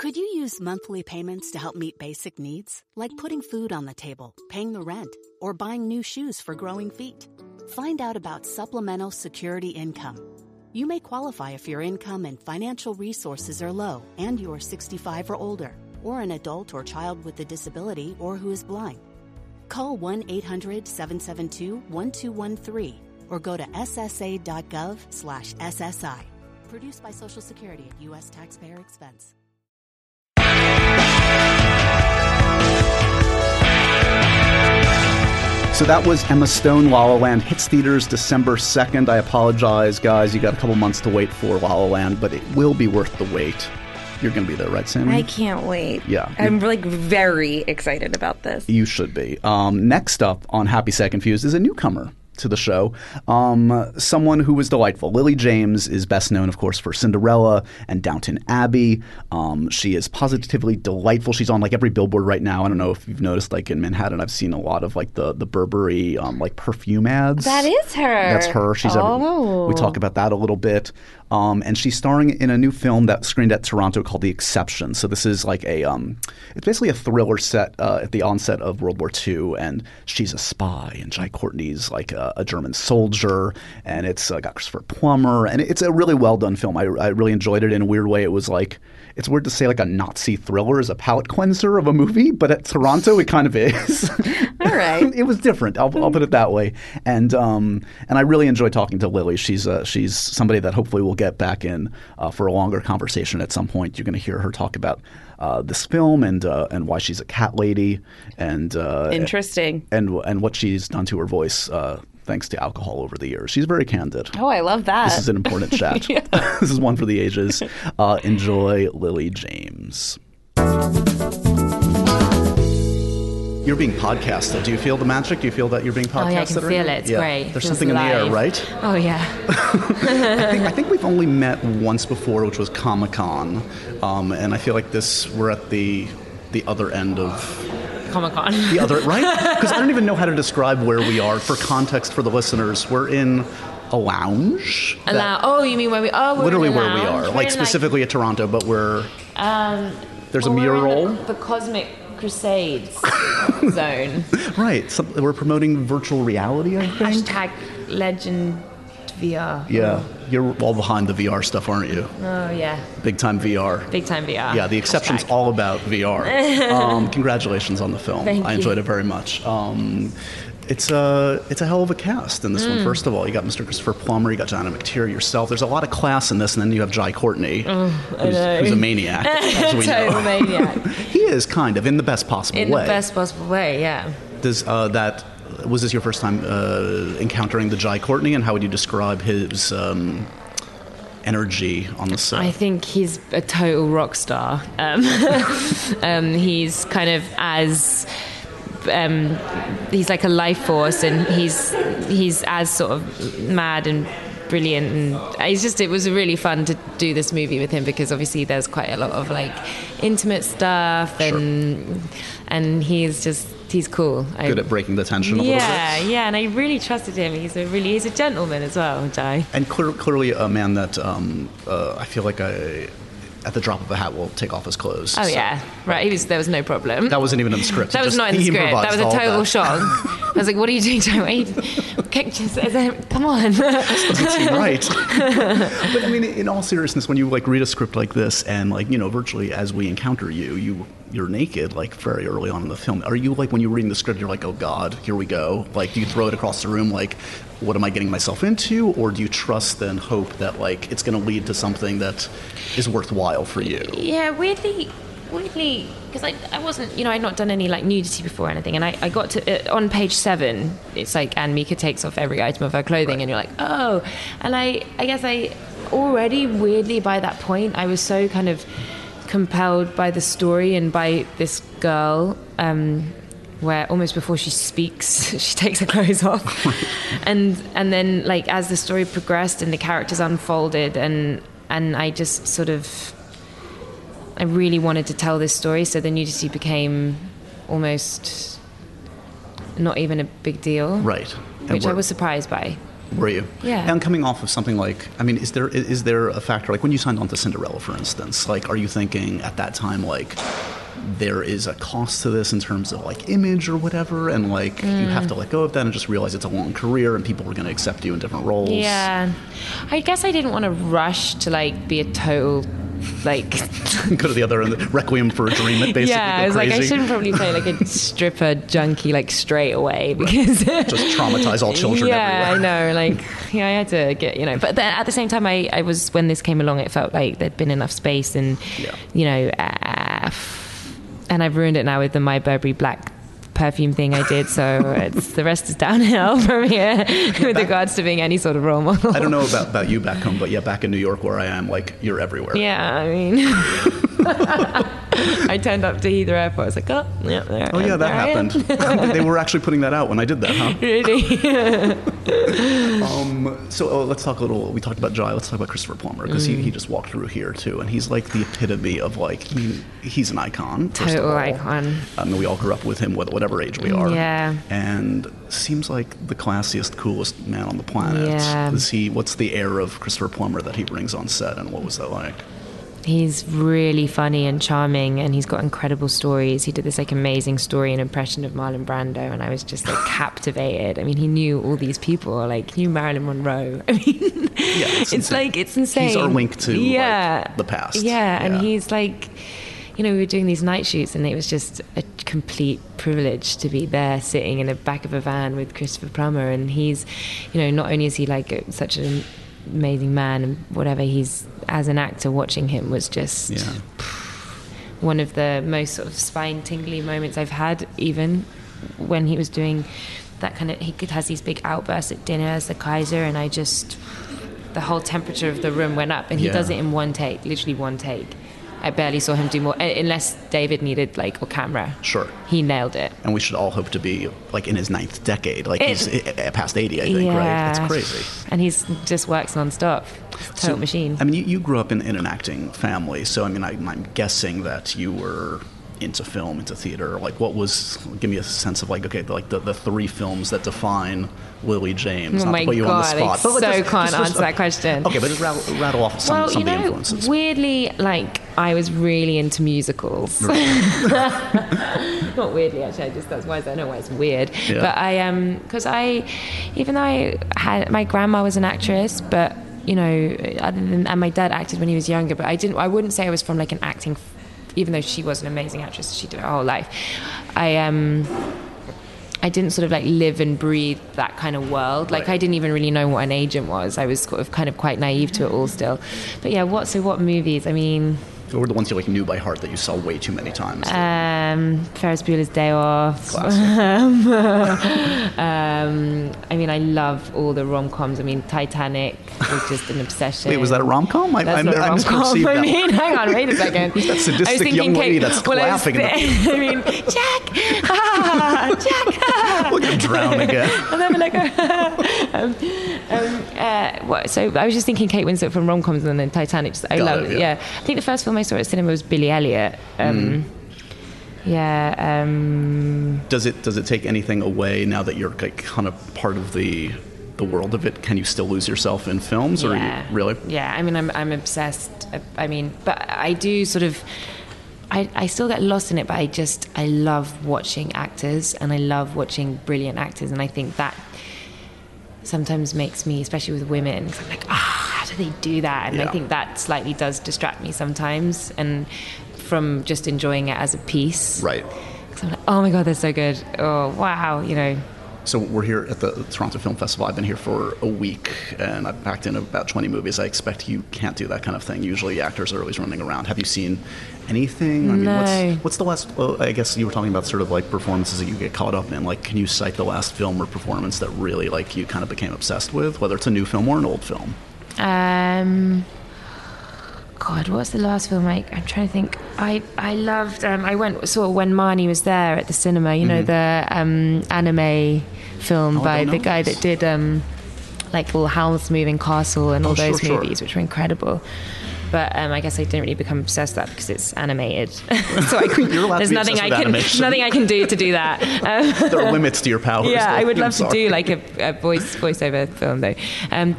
Could you use monthly payments to help meet basic needs, like putting food on the table, paying the rent, or buying new shoes for growing feet? Find out about supplemental security income. You may qualify if your income and financial resources are low and you are 65 or older, or an adult or child with a disability or who is blind. Call 1 800 772 1213 or go to ssa.gov slash SSI. Produced by Social Security at U.S. taxpayer expense.
So that was Emma Stone, La La Land hits theaters December 2nd. I apologize, guys. You got a couple months to wait for La La Land, but it will be worth the wait. You're going to be there, right, Sammy?
I can't wait.
Yeah.
I'm like very excited about this.
You should be. Um, next up on Happy Sad Confused is a newcomer to the show. Um, someone who was delightful. Lily James is best known, of course, for Cinderella and Downton Abbey. Um, she is positively delightful. She's on like every billboard right now. I don't know if you've noticed, like in Manhattan, I've seen a lot of like the the Burberry um, like perfume ads.
That is her.
That's her. She's every,
Oh.
we talk about that a little bit. Um, and she's starring in a new film that screened at Toronto called The Exception. So this is like a um, it's basically a thriller set uh, at the onset of World War II, and she's a spy, and Jai Courtney's like a, a German soldier, and it's uh, got Christopher Plummer, and it's a really well done film. I, I really enjoyed it in a weird way. It was like it's weird to say like a Nazi thriller is a palate cleanser of a movie, but at Toronto it kind of is.
All right.
it was different. I'll, I'll put it that way. And um, and I really enjoy talking to Lily. She's uh, she's somebody that hopefully we'll get back in uh, for a longer conversation at some point. You're going to hear her talk about uh, this film and uh, and why she's a cat lady and uh,
Interesting.
and and what she's done to her voice uh, thanks to alcohol over the years. She's very candid.
Oh, I love that.
This is an important chat. this is one for the ages. Uh, enjoy Lily James. You're being podcasted. Do you feel the magic? Do you feel that you're being podcasted?
Oh yeah, I can
right
feel
now?
it. It's
Yeah.
great.
There's
Feels
something in the air,
alive.
right?
Oh yeah.
I think, I think we've only met once before, which was Comic Con, um, and I feel like this we're at the the other end of
Comic Con.
the other right because I don't even know how to describe where we are. For context for the listeners, we're in a lounge. that-
oh, you mean where we? Oh, we're
literally
in the
where we
lounge.
are,
We're
like
in,
specifically at Toronto, but we're
um,
There's a
well, we're in
mural.
The, the Cosmic Crusades zone.
right. Some, we're promoting virtual reality, I think.
Hashtag Legend VR.
Yeah, you're all behind the VR stuff, aren't you?
Oh yeah,
Big time VR.
big time VR.
Yeah, the exception's
Hashtag.
all about VR. um, congratulations on the film.
Thank
I
you.
enjoyed it very much. Um, it's a it's a hell of a cast in this
Mm.
one. First of all, you got Mr. Christopher Plummer, you got Johnna McTeer yourself. There's a lot of class in this, and then you have Jai Courtney, who's,
Mm, know.
who's a maniac, as we
Total
know.
maniac.
He is kind of in the best possible
In
way.
the best possible way. Yeah.
Does uh, that was this your first time uh, encountering the Jai Courtney, and how would you describe his um, energy on the set?
I think he's a total rock star. Um, um, he's kind of as um, he's like a life force, and he's he's as sort of mad and brilliant. And it's just it was really fun to do this movie with him because obviously there's quite a lot of like intimate stuff, and and he's just he's cool. I-
Good at breaking the tension a little
yeah,
bit.
yeah, and I really trusted him. He's a really he's a gentleman as well, Jai.
And clear, clearly, a man that um, uh, I feel like I, at the drop of a hat, will take off his clothes.
Oh
So
yeah, right. He was there was no problem.
That wasn't even in the script.
That
He
was
just-
not in the
he
script. That
improvised
was a
all of
total
that.
shock. I was like, "What are you doing, Joe? Wait, kick- just- is there- come on!"
right. but I mean, in all seriousness, when you like read a script like this, and like you know, virtually as we encounter you, you you're naked like very early on in the film. Are you like when you're reading the script, you're like, oh god, here we go? Like, do you throw it across the room? Like, what am I getting myself into? Or do you trust and hope that like it's going to lead to something that is worthwhile for you?
yeah, weirdly, weirdly, because I, I wasn't, you know, I'd not done any like nudity before or anything, and I, I got to uh, on page seven. It's like, and Mika takes off every item of her clothing, and you're like, oh, and I, I guess I already weirdly by that point, I was so kind of compelled by the story and by this girl. Um, where almost before she speaks, she takes her clothes off, and and then like as the story progressed and the characters unfolded, and and I just sort of, I really wanted to tell this story, so the nudity became almost not even a big deal,
Right. And
Which I
we're-
was surprised by.
Were you?
Yeah.
And coming off of something like, I mean, is there is is there a factor like when you signed on to Cinderella, for instance? Like, are you thinking at that time like there is a cost to this in terms of like image or whatever, and like you
Mm.
have to let go of that and just realize it's a long career and people are going to accept you in different roles.
Yeah, I guess I didn't want to rush to like be a total like
Go to the other end, Requiem for a Dream. It basically
yeah,
go
I was
crazy.
like, I shouldn't probably play like a stripper junkie like straight away because
just traumatize all children
yeah,
everywhere.
I know. Like, yeah, I had to get you know. But then at the same time, I, I was when this came along, it felt like there'd been enough space, and
Yeah.
you know, uh, and I've ruined it now with the my Burberry black perfume thing I did. So it's the rest is downhill from here with regards to being any sort of role model.
I don't know about, about you back home, but yeah, back in New York where I am, like you're everywhere.
Yeah, I mean. I turned up to Heathrow Airport. I was like, oh, yeah, there I
Oh
am,
yeah, that
there I am.
happened. they were actually putting that out when I did that, huh?
Really?
Um, so uh, let's talk a little. We talked about Jai. Let's talk about Christopher Plummer because he, he
Mm.
just walked through here too, and he's like the epitome of like I mean, he's an icon. First of
Total
all.
icon.
I mean, we all grew up with him, whether- whatever age we are.
Yeah.
And seems like the classiest, coolest man on the planet.
Yeah.
Is he? What's the air of Christopher Plummer that he brings on set, and what was that like?
He's really funny and charming, and he's got incredible stories. He did this like amazing story and impression of Marlon Brando, and I was just like captivated. I mean, he knew all these people, like he knew Marilyn Monroe. I mean,
it's
it's,
insane.
like it's insane.
He's our link to, like,
yeah
the past.
Yeah,
Yeah.
and he's like, you know, we were doing these night shoots, and it was just a complete privilege to be there, sitting in the back of a van with Christopher Plummer, and he's, you know, not only is he like a, such an amazing man and whatever he's as an actor watching him was just
Yeah.
one of the most sort of spine tingly moments I've had, even when he was doing that kind of. He could, has these big outbursts at dinner as the Kaiser, and I just. The whole temperature of the room went up, and he
Yeah.
does it in one take, literally one take. I barely saw him do more, uh, unless David needed like a camera.
Sure.
He nailed it.
and we should all hope to be like in his ninth decade, like
It-
he's uh, past eighty, I think. Right? That's crazy.
And he's just works nonstop. Total
So,
machine.
I mean, you, you grew up in, in an acting family, so I mean, I, I'm guessing that you were into film, into theater. Like, what was? Give me a sense of like, okay, like the, the three films that define Lily James.
Oh
not
my
to put you on the
God, I
spot, but like,
so
this-
can't
this was-
answer that question.
Okay, but just rattle, rattle off some,
well,
some
you
of the
know,
influences.
weirdly, like I was really into musicals. Not weirdly, actually. I just that's why I don't know why it's weird.
Yeah.
But I um, because I, even though I had my grandma was an actress, but you know, other than and my dad acted when he was younger, but I didn't. I wouldn't say I was from like an acting, f- even though she was an amazing actress. She did it her whole life. I um. I didn't sort of like live and breathe that kind of world. Like
Right.
I didn't even really know what an agent was. I was sort of kind of quite naive to it all still. But yeah, what so what movies? I mean,
what were the ones you like knew by heart that you saw way too many
Uh,
times?
um, Ferris Bueller's Day Off.
Classic.
Um, I mean, I love all the rom coms. I mean, Titanic was just an obsession.
Wait, was that a rom com? I,
That's not a
I
rom-com.
misperceived
I
that.
mean, hang on, wait a second.
Who's that sadistic
I was thinking
young lady
Kate-
that's
well, I was
laughing at
thi- I mean, Jack, ah, Jack. ah.
Look at him drown again.
And then like, um, um, uh, what, so I was just thinking Kate Winslet from rom coms and then Titanic. Just, I
Got
love
it,
it.
yeah.
Yeah. I think the first film I saw at cinema was Billy Elliot. Um, Yeah. Um,
Does it does it take anything away now that you're like kind of part of the the world of it? Can you still lose yourself in films, or
yeah.
you, really?
Yeah. I mean, I'm I'm obsessed. I mean, but I do sort of. I, I still get lost in it, but I just I love watching actors and I love watching brilliant actors, and I think that sometimes makes me, especially with women, 'cause I'm like, ah, how do they do that? And
Yeah.
I think that slightly does distract me sometimes, and from just enjoying it as a piece.
Right.
'Cause I'm like, oh my god, they're so good. Oh wow, you know.
So we're here at the Toronto Film Festival. I've been here for a week, and I've packed in about 20 movies. I expect you can't do that kind of thing. Usually, actors are always running around. Have you seen anything? I mean,
No.
what's, what's the last? Well, I guess you were talking about sort of like performances that you get caught up in. Like, can you cite the last film or performance that really like you kind of became obsessed with, whether it's a new film or an old film?
Um, God, what's the last film? I, I'm trying to think. I I loved. Um, I went saw when Marnie was there at the cinema. You know the um, anime film
Oh, I
by
don't
the
know
guy
this.
that did um, like all Howl's Moving Castle and all
Oh, sure,
those
sure.
movies, which were incredible. But um, I guess I didn't really become obsessed with that because it's animated. so I could,
You're allowed to
there's
be
nothing
obsessed
I
with
can
animation.
nothing I can do to do that. Um,
There are limits to your powers.
yeah,
though.
I would
I'm
love to
sorry.
do like a, a voice voiceover film though. Um,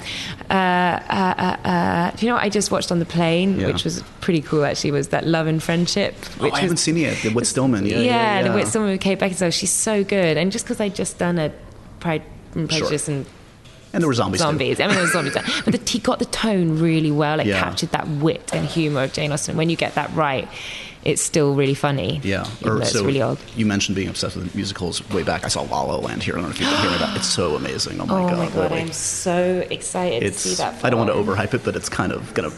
uh, uh, uh, uh, do you know what I just watched on the plane,
Yeah.
which was pretty cool actually, was that Love and Friendship,
Oh,
which
I
was
haven't seen it yet. With Stillman. Yeah,
yeah,
yeah, yeah,
the with someone with Kate Beckinsale, she's so good. And just because I just done a Pride and
Sure.
Prejudice and
and there were zombies. too.
zombies. I mean, there was zombies, but the, he got the tone really well. Like
Yeah.
captured that wit and humor of Jane Austen. When you get that right, it's still really funny.
Yeah,
even though it's really old.
You mentioned being obsessed with musicals way back. I saw La La Land here. I don't know if you've been hearing about. it. It's so amazing. Oh my
Oh
god!
my god,
Lily.
I'm so excited
it's.
to see that.
I don't want to
film.
overhype it, but it's kind of gonna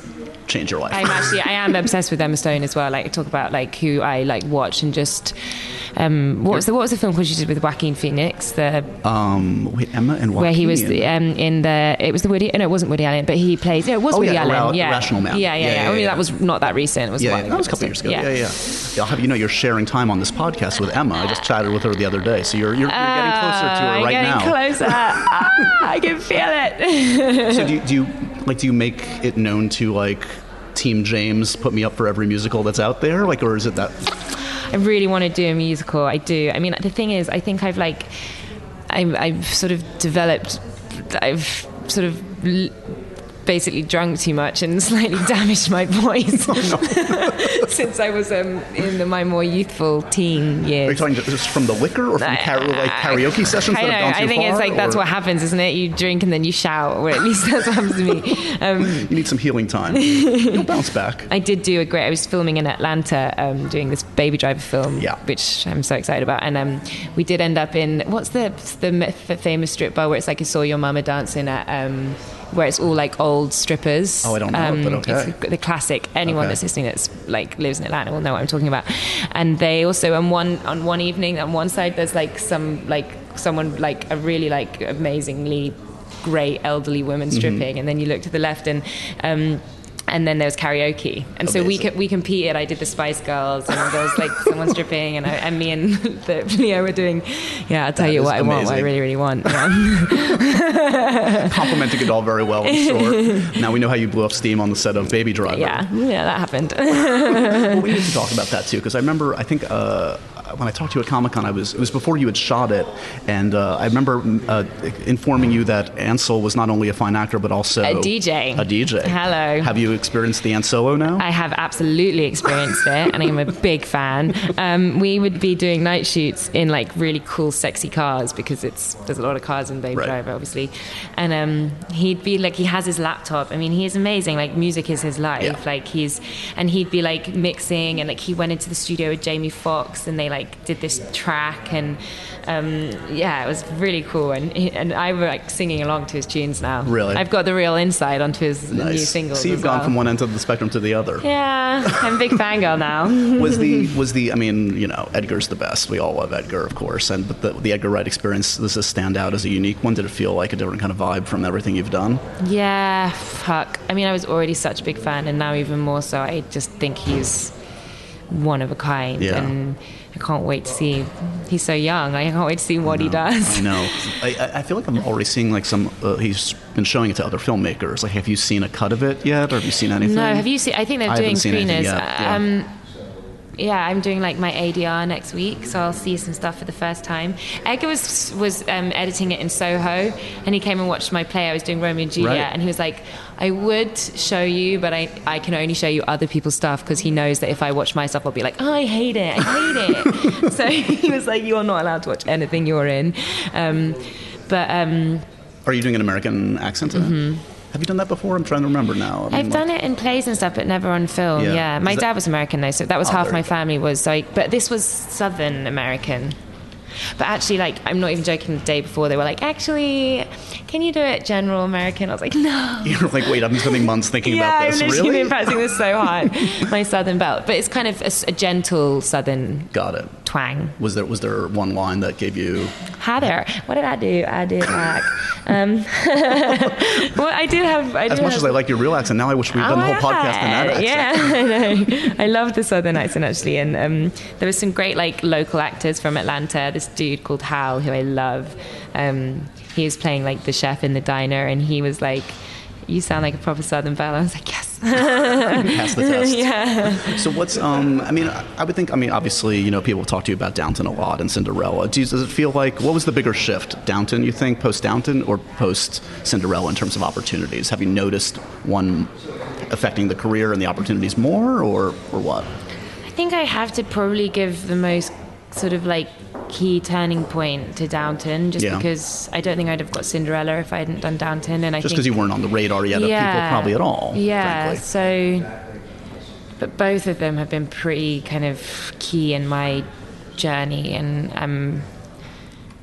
change your life.
I'm actually I am obsessed with Emma Stone as well. Like I talk about like who I like watch and just um, what was the what was the film called she did with Joaquin Phoenix the
um, wait, Emma and Joaquin.
where he was the, um, in the it was the Woody no it wasn't Woody Allen but he plays no it was
Oh,
Woody
yeah,
Allen
Ra-
yeah
Rational Man.
yeah yeah
Yeah,
yeah,
yeah,
I mean
yeah.
that was not that recent it was a
yeah,
while
yeah,
ago,
that was a
but
couple years ago. Yeah,
yeah.
yeah. I'll have you know, you're sharing time on this podcast with Emma. I just chatted with her the other day, so you're you're, you're getting closer to her
Uh, I'm
right
getting
now.
closer. Ah, I can feel it.
So do you, do you like do you make it known to like Team James put me up for every musical that's out there? Like, or is it that?
I really want to do a musical. I do. I mean, the thing is, I think I've like, I'm, I've sort of developed, I've sort of l- basically drunk too much and slightly damaged my voice since I was um, in the, my more youthful teen years.
Are you talking just from the liquor or from kara- like karaoke sessions
I
that have gone
know.
too
I think it's
far,
like that's
or-
what happens, isn't it? You drink and then you shout, or at least that's what happens to me. Um,
You need some healing time. You'll bounce back.
I did do a great. I was filming in Atlanta, um, doing this Baby Driver film,
Yeah.
which I'm so excited about. And um, we did end up in what's the the m- f- famous strip bar where it's like you saw your mama dancing at. Um, where it's all like old strippers. Um,
Oh, I don't know, but okay.
it's the classic. Anyone
Okay.
that's listening that's like lives in Atlanta will know what I'm talking about. And they also on one on one evening on one side there's like some like someone like a really like
Mm-hmm.
amazingly great elderly woman stripping, and then you look to the left and. Um, and then there was karaoke, and so we co- we competed. I did the Spice Girls, and there was like someone stripping, and, I, and me and the, Leo were doing. Yeah, I'll tell
That
you
is
what I want, what I
amazing.
really really want. Yeah.
Complimenting it all very well, I'm sure. now we know how you blew up steam on the set of Baby Driver.
yeah, yeah, that happened.
Well, we need to talk about that too, because I remember, I think uh, when I talked to you at Comic Con, I was it was before you had shot it, and uh, I remember uh, informing you that Ansel was not only a fine actor but also
A DJ.
A DJ.
Hello.
Have you experienced the Anselo now?
I have absolutely experienced it, and I'm a big fan. Um, we would be doing night shoots in like really cool, sexy cars because it's there's a lot of cars in Baby
Right.
Driver, obviously. And um, he'd be like, he has his laptop. I mean, he is amazing. Like music is his life.
Yeah.
Like he's, and he'd be like mixing, and like he went into the studio with Jamie Foxx, and they like did this track, and um, yeah, it was really cool. And he, and I were like singing along to his tunes now.
Really?
I've got the real insight onto his new
nice.
singles.
See, you've
as
gone
well.
from one end of the spectrum to the other.
Yeah, I'm a big fangirl now.
was the was the I mean you know Edgar's the best. We all love Edgar, of course, and but the, the Edgar Wright experience does this stand out as a unique one? Did it feel like a different kind of vibe from everything you've done?
Yeah, fuck. I mean, I was already such a big fan, and now even more so. I just think he's one of a kind,
Yeah.
and I can't wait to see. He's so young. I can't wait to see what he
I
does.
know. I, I- I feel like I'm already seeing like some. Uh, he's been showing it to other filmmakers. Like, have you seen a cut of it yet, or have you seen anything?
No, have you seen? I think they're
I haven't
doing
seen anything
screeners.
yet, yeah.
Um, yeah, I'm doing like my ADR next week, so I'll see some stuff for the first time. Edgar was was um, editing it in Soho, and he came and watched my play. I was doing Romeo and Juliet,
Right.
and he was like, "I would show you, but I, I can only show you other people's stuff because he knows that if I watch myself, I'll be like, oh, I hate it, I hate it." so he was like, "You're not allowed to watch anything you're in," um, but. Um,
Are you doing an American accent? in it? Have you done that before? I'm trying to remember now. I mean,
Mm-hmm. I've
like-
done it in plays and stuff, but never on film.
Yeah.
Yeah, my
Is that-
dad was American though, so that was
Oh,
half
there
my
you go.
family was. So, I, but this was Southern American. But actually, like, I'm not even joking. The day before, they were like, "Actually, can you do it General American?" I was like, "No."
You're like, wait, I'm spending months thinking
yeah,
about this.
I've literally
really?
been practicing this so hard, my Southern belt. But it's kind of a, s- a gentle Southern
Got it.
twang.
Was there was there one line that gave you?
Hi there. What did I do? I did like. Um, well, I do have. I
As
do
much
have,
as I like your real accent, now I wish we'd done the whole podcast in that accent.
Yeah, I know. I love the Southern accent actually, and um, there was some great like local actors from Atlanta. This dude called Hal, who I love. Um, he was playing like the chef in the diner, and he was like, "You sound like a proper Southern belle." I was like, "Yes."
Pass the test.
yeah.
So what's um? I mean, I I would think. I mean, obviously, you know, people talk to you about Downton a lot and Cinderella. Do you, does it feel like what was the bigger shift, Downton? You think post Downton or post Cinderella in terms of opportunities? Have you noticed one affecting the career and the opportunities more, or or what?
I think I have to probably give the most sort of like key turning point to Downton, just
Yeah.
because I don't think I'd have got Cinderella if I hadn't done Downton, and I
Just
think
because you weren't on the radar yet of people, probably at all.
Yeah.
frankly.
So, but both of them have been pretty kind of key in my journey, and um,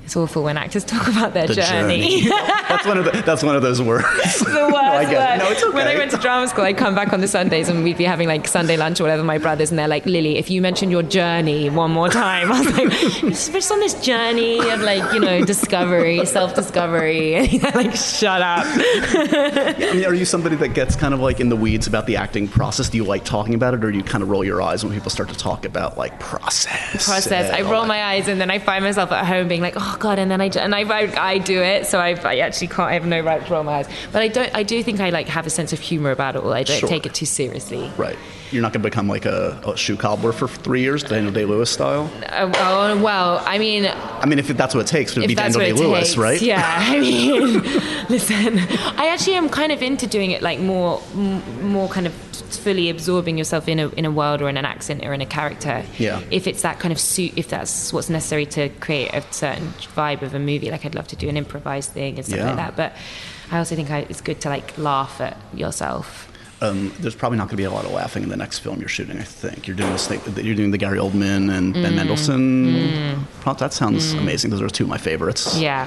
it's awful when actors talk about their
The
journey.
journey. that's one of the, that's one of those words.
It's the worst
I get it.
word.
No, it's okay.
When I went to drama school, I'd come back on the Sundays and we'd be having like Sunday lunch or whatever, my brothers, and they're like, Lily, if you mention your journey one more time, I was like, "It's just on this journey of like, you know, discovery, self discovery. like, shut up.
I mean, are you somebody that gets kind of like in the weeds about the acting process? Do you like talking about it, or do you kind of roll your eyes when people start to talk about like process?
process.
and
I
all
roll
that?
my eyes, and then I find myself at home being like, "Oh God!" And then I ju- and I I, I do it, so I, I actually can't. I have no right to roll my eyes, but I don't. I do think I like have a sense of humor about it all. I don't
Sure.
take it too seriously.
Right. You're not going to become like a, a shoe cobbler for three years, Daniel Day Lewis style.
Uh, oh, well, I mean,
I mean, if that's what it takes to
if
be
that's
Daniel
what
Day
it
Lewis,
takes,
right?
Yeah, I mean, listen, I actually am kind of into doing it like more, m- more kind of fully absorbing yourself in a in a world or in an accent or in a character.
Yeah.
If it's that kind of suit, if that's what's necessary to create a certain vibe of a movie, like I'd love to do an improvised thing and stuff
Yeah.
like that. But I also think I, it's good to like laugh at yourself.
Um, there's probably not going to be a lot of laughing in the next film you're shooting. I think you're doing this thing. You're doing the Gary Oldman and
Mm.
Ben Mendelsohn. Pro- That sounds amazing. Those are two of my favorites.
Yeah.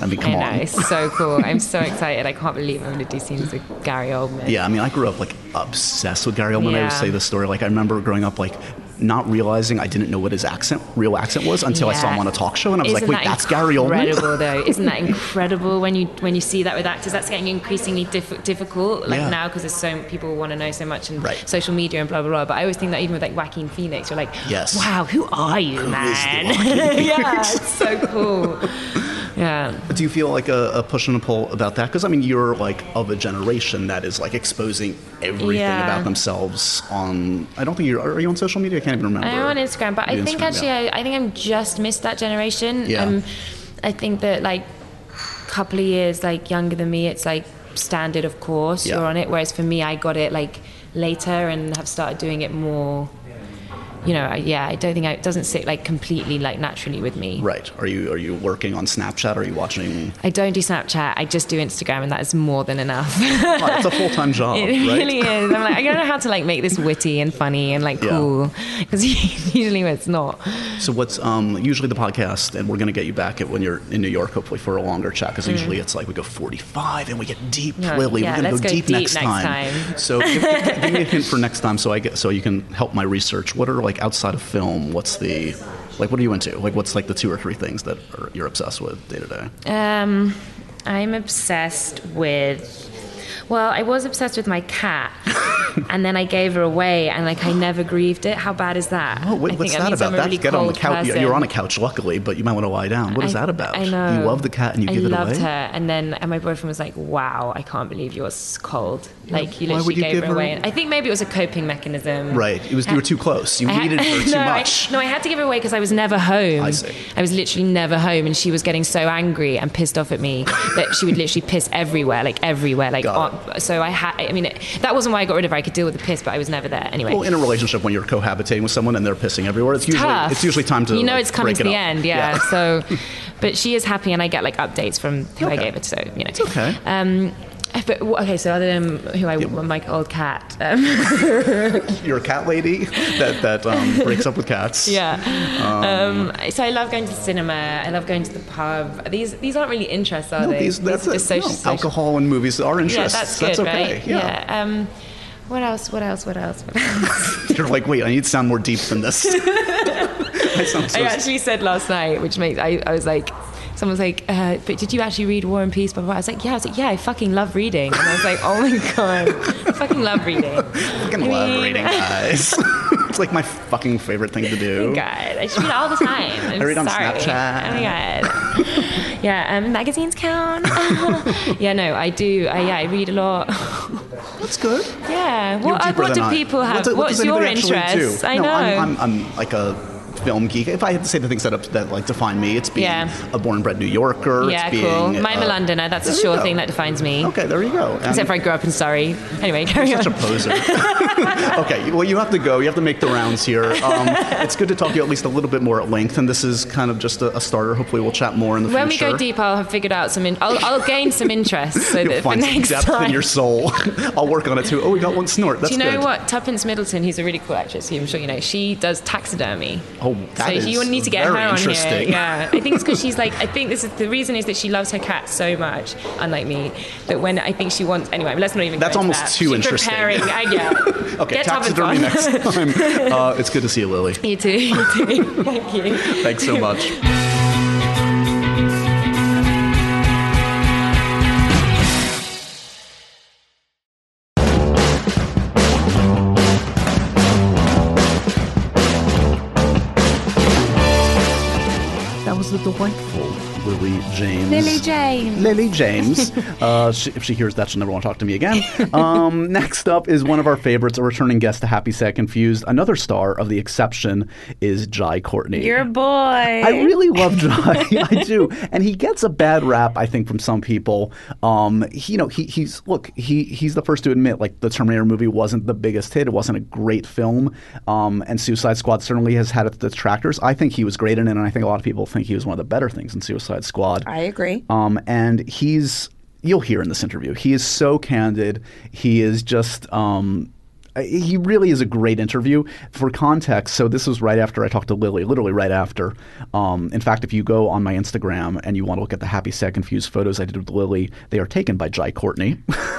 I mean, come
I know,
on.
it's so cool. I'm so excited. I can't believe I'm going to do scenes with Gary Oldman.
Yeah, I mean, I grew up like obsessed with Gary Oldman. I would
Yeah.
say this story. Like, I remember growing up, like not realizing I didn't know what his accent, real accent was until I saw him on a talk show, and I was like, wait, that's Gary Oldman.
Incredible though, isn't that incredible when you when you see that with actors? That's getting increasingly diff- difficult like
Yeah.
now because there's so people want to know so much and
Right.
social media and blah blah blah. But I always think that even with like Joaquin Phoenix, you're like,
Yes.
wow, who are you,
is the
man?
Joaquin
yeah,
Phoenix?
it's so cool. Yeah.
Do you feel like a, a push and a pull about that? Because I mean, you're like of a generation that is like exposing everything
Yeah.
about themselves on. I don't think you're. Are you on social media? I can't even remember.
I'm on Instagram, but I
You're
think
Instagram,
actually,
yeah.
I, I think I'm just missed that generation.
Yeah.
Um, I think that like couple of years like younger than me, it's like standard, of course,
Yeah.
you're on it. Whereas for me, I got it like later and have started doing it more. You know, I, yeah, I don't think I, it doesn't sit like completely like naturally with me.
Right. Are you are you working on Snapchat? Are you watching?
I don't do Snapchat. I just do Instagram, and that is more than enough.
Well, it's a full time job,
It
right?
really is. I'm like, I don't know how to like make this witty and funny and like
Yeah.
cool because usually it's not.
So what's um, usually the podcast, and we're going to get you back at when you're in New York, hopefully for a longer chat, because usually it's like we go 45 and we get deep,
Yeah,
Lily.
Mm-hmm.
we're
yeah,
going to
let's
go
go
deep,
deep
next,
next
time.
time.
So give, give- give me a hint for next time, so I get so you can help my research. What are like outside of film? What's the like? What are you into? Like, what's like the two or three things that are, you're obsessed with day to day?
Um, I'm obsessed with. Well, I was obsessed with my cat, and then I gave her away, and like I never grieved it. How bad is that?
Oh, what,
I
what's
think
that
means I'm
about?
a
That's
really
get on the
cold
couch.
person.
You're on a couch, luckily, but you might want to lie down. What is
I-
that about?
I know.
You love the cat and you
I
give it away.
loved her, and then and my boyfriend was like, "Wow, I can't believe you're s- cold. Like you
Why
literally
would you
gave
give
her
her-
away." I think maybe it was a coping mechanism.
Right. It was you were too close. You
I had-
needed her too
no, I-
much.
no, I had to give it away because I was never home.
I see.
I was literally never home, and she was getting so angry and pissed off at me that she would literally piss everywhere, like everywhere, like.
Got
on- so I had. I mean, it, that wasn't why I got rid of her. I could deal with the piss, but I was never there anyway.
Well, in a relationship, when you're cohabitating with someone and they're pissing everywhere, it's usually
Tough.
it's usually time to
you know
like,
it's coming
break
to
it
the
up.
end yeah, so but she is happy and I get like updates from who I
Okay.
gave her to so you know it's
okay.
um but w- okay so other than who I my old cat um,
You're a cat lady that that um, breaks up with cats.
Yeah. Um, so I love going to the cinema. I love going to the pub. These these aren't really interests, are
No,
they?
these, that's
are
it.
just social,
No,
social-
alcohol and movies are
Yeah,
interests.
that's good,
okay.
right?
Yeah.
Um, what else? What else? What else? What else?
You're like, wait, I need to sound more deep than this. I sound so
I actually said last night, which makes I, I was like, someone's like, uh, but did you actually read War and Peace? Blah, blah, blah. I was like, yeah. I was like, yeah. I fucking love reading. And I was like, oh my god, I fucking love reading.
fucking
I
love
mean-
reading, guys. it's like my fucking favorite thing to do.
Oh my god, I should read all the time. I'm
I read on
sorry.
Snapchat.
Oh my god. Yeah, um, magazines count. yeah, no, I do. I, yeah, I read a lot.
That's good.
yeah.
You're
what, uh,
deeper
what
than
do
I am.
people have?
What do- what
What's
does
your
anybody actually
interest?
do?
I
no,
know.
I'm, I'm, I'm like a film geek. If I had to say the things that up, that like define me, it's being
Yeah.
a born and bred New Yorker.
yeah,
it's being,
cool. Mine
uh,
a Londoner. That's a
there you
sure
go.
thing that defines me.
Okay, there you go. And
Except for I grew up in Surrey. Anyway, carry
you're
on.
Um, such a poser. okay, well, you have to go. You have to make the rounds here. Um, it's good to talk to you at least a little bit more at length, and this is kind of just a, a starter. Hopefully, we'll chat more in the
when we
future.
go deep, I'll have figured out some. In- I'll, I'll gain some interest so
You'll
that for
find some
next
depth
time.
in your soul. I'll work on it too. Oh, we got one snort. That's
Do you know
good.
what? Tuppence Middleton, who's a really cool actress, who I'm sure you know, she does taxidermy.
Oh,
so
that is
you need to get
very
her on here.
interesting.
Yeah, I think it's because she's like, I think this is the reason is that she loves her cat so much, unlike me, that when I think she wants, anyway, let's not even.
That's
go into
almost
that.
too
she's
interesting.
Preparing, I get.
Okay,
get Tuppence
taxidermy
on.
next time. Uh, it's good to see you, Lily.
you too. You too. Thank you.
Thanks so much. That was the delightful Oh, Lily James.
Lily James.
Lily James. uh, she, if she hears that, she'll never want to talk to me again. Um, next up is one of our favorites, a returning guest to Happy Sad Confused. Another star of The Exception is Jai Courtney.
You're a boy.
I really love Jai. I do, and he gets a bad rap, I think, from some people. Um, he, you know, he, he's look, he he's the first to admit like the Terminator movie wasn't the biggest hit. It wasn't a great film, um, and Suicide Squad certainly has had its detractors. I think he was great in it, and I think a lot of people think he was one of the better things in Suicide Squad.
I agree.
Um, and he's, you'll hear in this interview, he is so candid. He is just, um, uh, he really is a great interview. For context, so this was right after I talked to Lily, literally right after. Um, in fact, if you go on my Instagram and you want to look at the Happy Sad Confused photos I did with Lily, they are taken by Jai Courtney.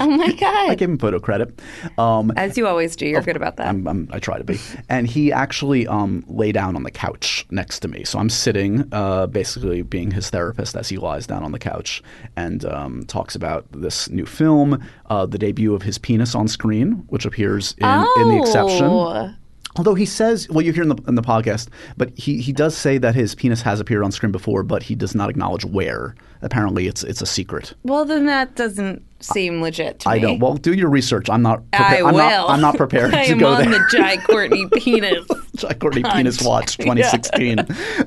Oh my god!
I gave him photo credit. Um,
As you always do, you're good about that.
I'm, I'm, Um, I try to be. And he actually um, lay down on the couch next to me. So I'm sitting, uh, basically being his therapist as he lies down on the couch and um, talks about this new film, uh, the debut of his penis on screen, which appears in, in The
Oh.
Exception. Although he says, well, you hear in the, in the podcast, but he, he does say that his penis has appeared on screen before, but he does not acknowledge where. Apparently, it's it's a secret.
well, then that doesn't seem legit to
I
me.
don't. Well, do your research. I'm not. Prepa-
I
am
will.
Not, I'm not prepared
I
to
am
go
on
there.
the Jai Courtney penis.
Jack Courtney Penis Watch 2016.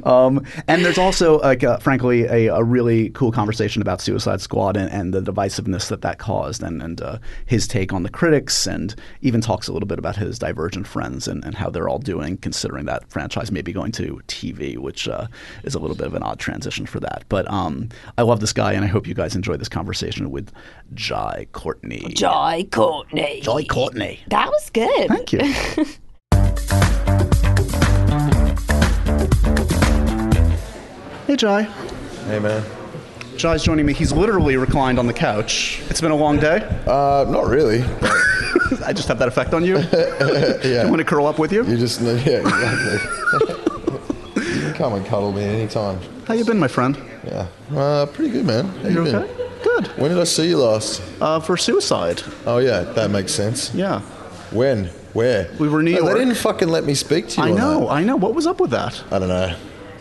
um, and there's also, like, uh, frankly, a, a really cool conversation about Suicide Squad and, and the divisiveness that that caused, and, and uh, his take on the critics, and even talks a little bit about his Divergent friends and, and how they're all doing, considering that franchise may be going to TV, which uh, is a little bit of an odd transition for that. But um, I love this guy, and I hope you guys enjoy this conversation with Jai Courtney.
Jai Courtney.
Jai Courtney.
That was good.
Thank you. hey, Jai.
Hey man.
Jai's joining me. He's literally reclined on the couch. It's been a long day.
Uh, not really.
I just have that effect on you. yeah. I want to curl up with you.
You just yeah, exactly. you can come and cuddle me anytime.
How you been, my friend?
Yeah. Uh, pretty good, man. How
You
been?
okay? Good.
When did I see you last?
Uh, for suicide.
Oh yeah, that makes sense.
Yeah.
When? Where?
We were in New
No,
York.
They didn't fucking let me speak to you. Uh,
I
on
know.
that.
I know. What was up with that?
I don't know.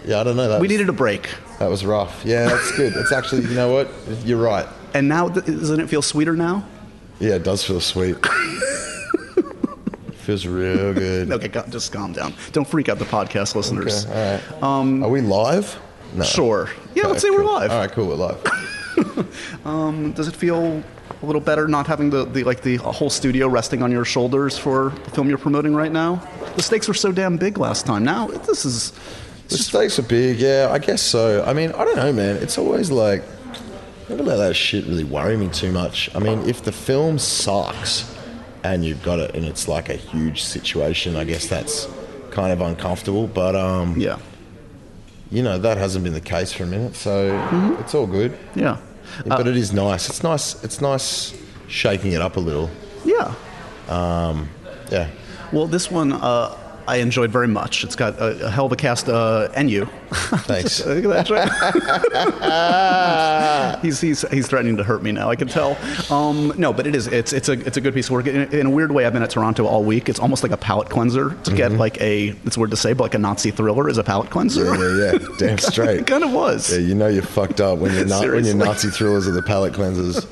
Yeah, I don't know. That
We
was,
needed a break.
That was rough. Yeah, that's good. It's actually, you know what? You're right.
And now, th- doesn't it feel sweeter now?
Yeah, it does feel sweet. Feels real good.
Okay, cal- just calm down. Don't freak out the podcast listeners.
Okay, all right. Are we live? No.
Um, Sure. Yeah,
Okay,
let's say we're
cool.
live.
All right, cool. We're live.
Does it feel a little better not having the, the like the whole studio resting on your shoulders for the film you're promoting right now? The stakes were so damn big last time. Now this is
The stakes are big, yeah. I guess so. I mean, I don't know, man. It's always like, don't let that shit really worry me too much. I mean, if the film sucks and you've got it, and it's like a huge situation, I guess that's kind of uncomfortable. But um,
yeah,
you know, that hasn't been the case for a minute, so it's all good.
Mm-hmm. yeah, Uh,
Yeah, but it is nice. It's nice. It's nice shaking it up a little. Um,
yeah.
Yeah.
Well, this one uh, I enjoyed very much. It's got a, a hell of a cast uh, and you.
Thanks.
Look at that. he's, he's, he's threatening to hurt me now. I can tell. Um, no, but it is. It's, it's a it's a good piece of work. In, in a weird way, I've been at Toronto all week. It's almost like a palate cleanser to get like a. It's weird to say, but like a Nazi thriller is a palate cleanser.
Mm-hmm. Yeah, yeah, yeah. Damn straight.
it kind of was.
Yeah, you know you're fucked up when you're not when
Seriously.
your Nazi thrillers are the palate cleansers.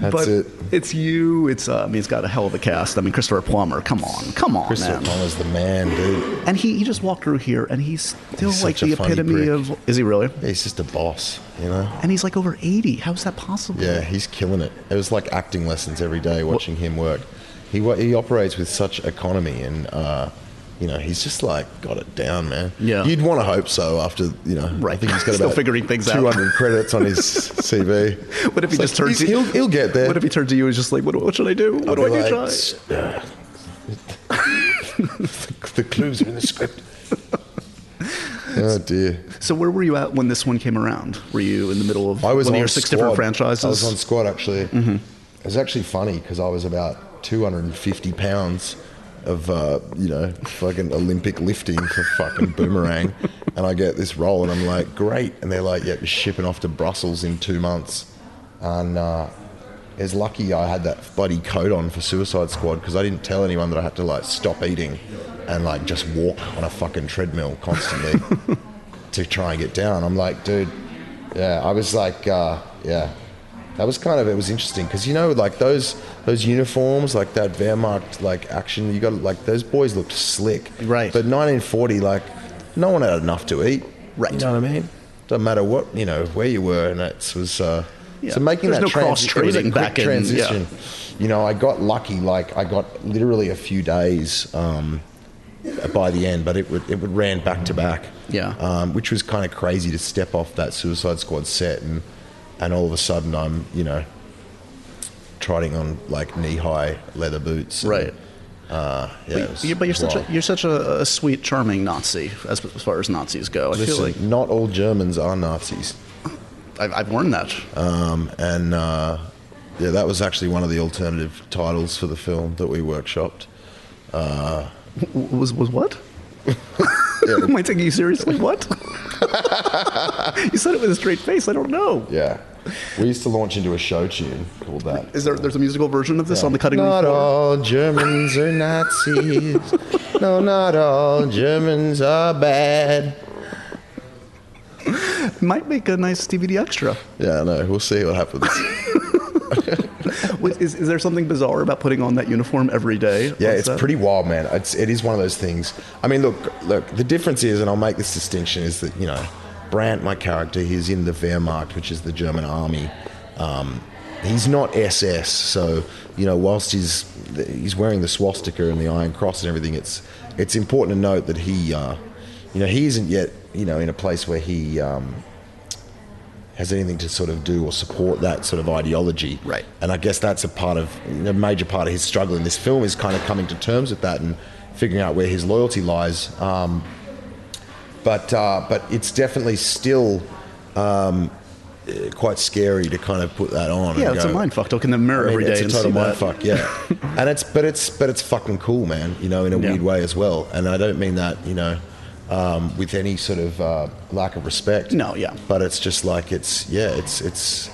That's
but
it.
it's you. It's uh, I mean, it's got a hell of a cast. I mean, Christopher Plummer. Come on, come on,
Christopher
man.
Plummer's the man, dude.
And he, he just walked through here, and he's still
He's
like
such
the
a funny
epitome
prick.
of. Is he really?
He's just a boss, you know.
And he's like over eighty. How is that possible?
Yeah, he's killing it. It was like acting lessons every day watching him work. He wa- he operates with such economy, and uh, you know he's just like got it down, man.
Yeah.
you'd want to hope so after you know.
Right.
I think he's got
Still
about
figuring things out.
200 credits on his CV.
What if he
It's like,
just turns?
he's-
to-
He'll, he'll get there.
What if he turns to you and is just like, what, what should I do? What do I
I'll be
do,
like,
Josh?
"S- the clues are in the script. oh dear.
So where were you at when this one came around? Were you in the middle of
I was
one
on
of your six
squad.
different franchises? Mm-hmm.
I was on squad actually. It was actually funny because I was about 250 pounds of uh, you know fucking Olympic lifting for fucking boomerang, and I get this role and I'm like great, and they're like yeah you're shipping off to Brussels in two months, and uh, it's lucky I had that bloody coat on for Suicide Squad because I didn't tell anyone that I had to like stop eating and like just walk on a fucking treadmill constantly. to try and get down. I'm like, dude, yeah. I was like, uh, yeah. That was kind of it was interesting because you know like those those uniforms like that Wehrmacht like action you got like those boys looked slick
Right.
but 1940 like no one had enough to eat
Right.
you know what I mean doesn't matter what you know where you were and it was uh,
Yeah.
so making
There's
that
no
transi- it was a
cross-training
quick
back in, yeah.
transition you know I got lucky like I got literally a few days um, by the end but it would it would ran back to back
Yeah.
um, which was kind of crazy to step off that Suicide Squad set and and all of a sudden I'm you know trotting on like knee high leather boots and
Right.
Uh, yeah, it was
You're, but you're such a,
wild.
you're such a, a sweet, charming Nazi as, as far as Nazis go. I feel
Listen,
like
not all Germans are Nazis.
I've, I've learned that.
Um, and uh, yeah, that was actually one of the alternative titles for the film that we workshopped. Uh,
W- was was what? Am I taking you seriously? What? you said it with a straight face. I don't know.
yeah, we used to launch into a show tune called that.
Is there there's a musical version of this on the cutting room
Not
floor?
all Germans are Nazis. no, not all Germans are bad.
Might make a nice DVD extra.
Yeah, I know. We'll see what happens.
What- Is, is there something bizarre about putting on that uniform every day?
Yeah,
on
it's
set?
pretty wild, man. It's it is one of those things. I mean, look, look. The difference is, and I'll make this distinction, is that you know, Brandt, my character, he's in the Wehrmacht, which is the German army. Um, he's not SS, so you know, whilst he's he's wearing the swastika and the Iron Cross and everything, it's it's important to note that he, uh, you know, he isn't yet you know in a place where he. Um, has anything to sort of do or support that sort of ideology.
Right.
And I guess that's a part of a major part of his struggle in this film is kind of coming to terms with that and figuring out where his loyalty lies. Um, but uh, but it's definitely still um, eh, quite scary to kind of put that on.
Yeah,
and
it's a
go-
mind fuck. Look in the
I
mirror
mean,
every day
it's
and
a total
see that.
mindfuck, yeah. and it's but it's but it's fucking cool, man. You know, in a
Yeah.
weird way as well. And I don't mean that, you know, um, with any sort of uh, lack of respect.
No, yeah.
But it's just like it's yeah, it's it's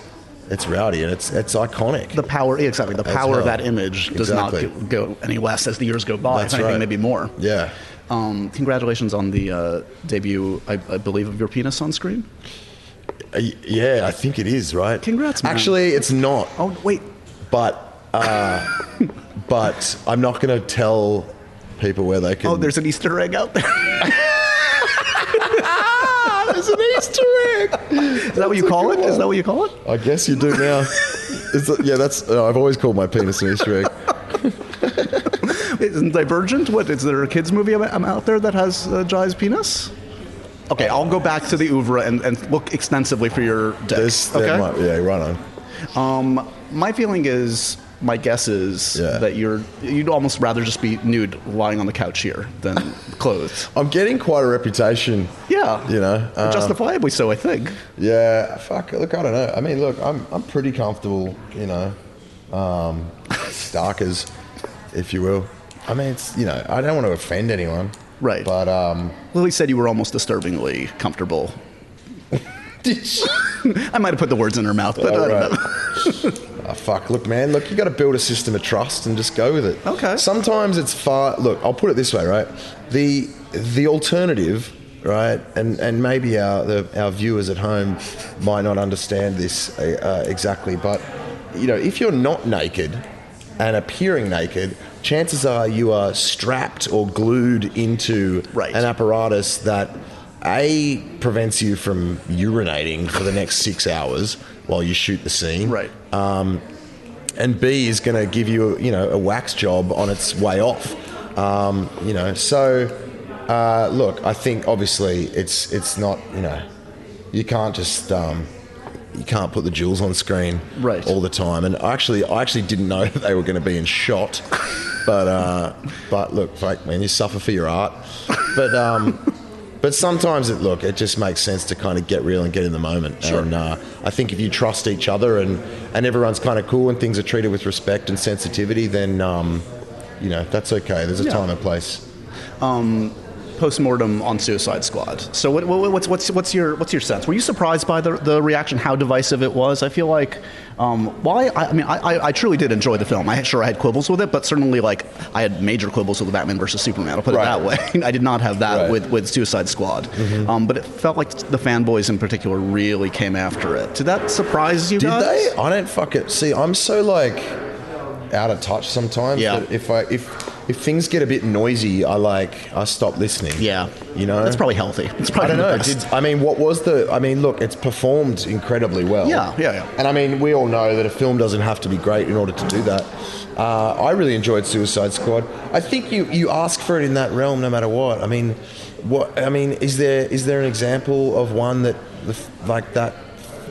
it's rowdy and it's it's iconic.
The power, yeah, exactly. The
As
power of
hell.
that image does not
Exactly.
go, go any less as the years go by.
That's
if anything,
right.
maybe more.
yeah.
Um, congratulations on the uh, debut, I, I believe, of your penis on screen.
Uh, y- yeah, I think it is right.
Congrats, man.
Actually, it's not.
Oh wait,
But uh, but I'm not gonna tell people where they can.
oh, there's an Easter egg out there. there's an Easter egg. Is that what you call it? Is that what you call it?
I guess you do now. Is that- yeah, that's. Uh, I've always called my penis an Easter egg.
Isn't Divergent? What is there a kids movie about- um, out there that has uh, Jai's penis? Okay, I'll go back to the oeuvre and, and look extensively for your deck.
There's,
okay.
there might, yeah, right on.
Um, my feeling is, my guess is
Yeah.
that you're you'd almost rather just be nude lying on the couch here than clothed.
I'm getting quite a reputation.
Yeah,
You know, um,
justifiably so, I think.
Yeah, fuck. Look, I don't know. I mean, look, I'm I'm pretty comfortable. You know, um, starkers, if you will. I mean, it's you know, I don't want to offend anyone.
Right.
But um,
Lily said you were almost disturbingly comfortable. I might have put the words in her mouth, but
Oh,
I don't
right.
know.
Ah, fuck, look, man, look, you got to build a system of trust and just go with it.
Okay.
Sometimes it's far. Look, I'll put it this way, right? The the alternative, right? And and maybe our the, our viewers at home might not understand this uh, uh, exactly, but you know, if you're not naked and appearing naked, chances are you are strapped or glued into
Right.
an apparatus that a prevents you from urinating for the next six hours while you shoot the scene
Right.
um, and B is going to give you, you know, a wax job on its way off. Um, you know, so uh, look, I think obviously it's it's not, you know, you can't just um, you can't put the jewels on screen
Right.
all the time. And I actually, I actually didn't know they were going to be in shot, but uh, but look, fuck, man, you suffer for your art, but. Um, But sometimes it look it just makes sense to kind of get real and get in the moment. And uh, I think if you trust each other and and everyone's kind of cool and things are treated with respect and sensitivity, then um, you know that's okay. There's a time and place.
Um, postmortem on Suicide Squad. So what, what, what's what's what's your what's your sense? Were you surprised by the the reaction? How divisive it was? I feel like. Um, well, I, I mean, I, I- I truly did enjoy the film. I sure I had quibbles with it, but certainly like I had major quibbles with the Batman versus Superman. I'll put
Right.
it that way. I did not have that
Right. Mm-hmm.
with, with Suicide Squad. Um, but it felt like the fanboys in particular really came after it. Did that surprise you
Did
guys?
they? I don't fucking see. I'm so like out of touch sometimes.
Yeah.
That if I if if things get a bit noisy, I like I stop listening.
Yeah.
You know.
That's probably healthy. It's probably
I don't
the
know.
best.
Did, I mean, what was the? I mean, look, it's performed incredibly well.
Yeah, yeah, yeah.
And I mean, we all know that a film doesn't have to be great in order to do that. Uh, I really enjoyed Suicide Squad. I think you you ask for it in that realm, no matter what. I mean, what? I mean, is there is there an example of one that the, f- like that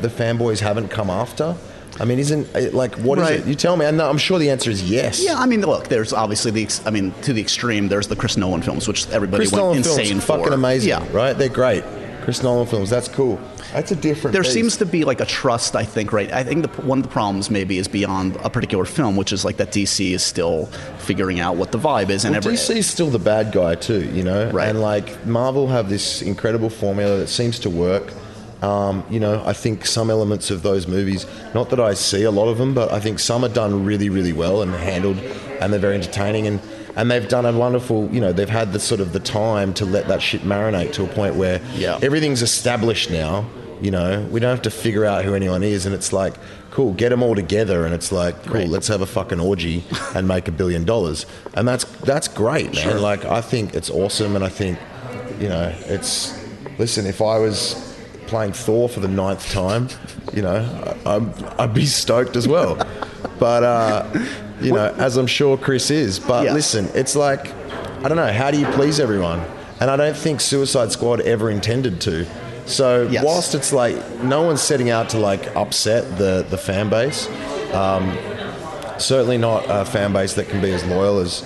the fanboys haven't come after? I mean, isn't it like what is
Right.
it? You tell me. And I'm sure the answer is yes.
Yeah, I mean, look, there's obviously the, ex- I mean, to the extreme, there's the Chris Nolan films, which everybody
Chris
went
Nolan
insane
films,
for.
fucking amazing.
Yeah.
right? They're great. Chris Nolan films. That's cool. That's a different.
There
beast.
seems to be like a trust, I think, right? I think the, one of the problems maybe is beyond a particular film, which is like that DC is still figuring out what the vibe is and
Well,
every.
DC's still the bad guy too, you know.
Right.
And like Marvel have this incredible formula that seems to work. Um, you know, I think some elements of those movies, not that I see a lot of them, but I think some are done really, really well and handled, and they're very entertaining, and and they've done a wonderful. You know, they've had the sort of the time to let that shit marinate to a point where
Yeah.
everything's established now. You know, we don't have to figure out who anyone is, and it's like, cool, get them all together, and it's like, cool,
Right.
let's let's have a fucking orgy and make a billion dollars. And that's that's great, man. Like I think it's awesome and I think, you know, it's listen, if I was playing Thor for the ninth time, you know, I, I'm, I'd be stoked as well. but uh, you know, as I'm sure Chris is, but
Yeah.
listen, it's like I don't know, how do you please everyone? And I don't think Suicide Squad ever intended to. So
Yes.
whilst it's like no one's setting out to like upset the the fan base, um, certainly not a fan base that can be as loyal as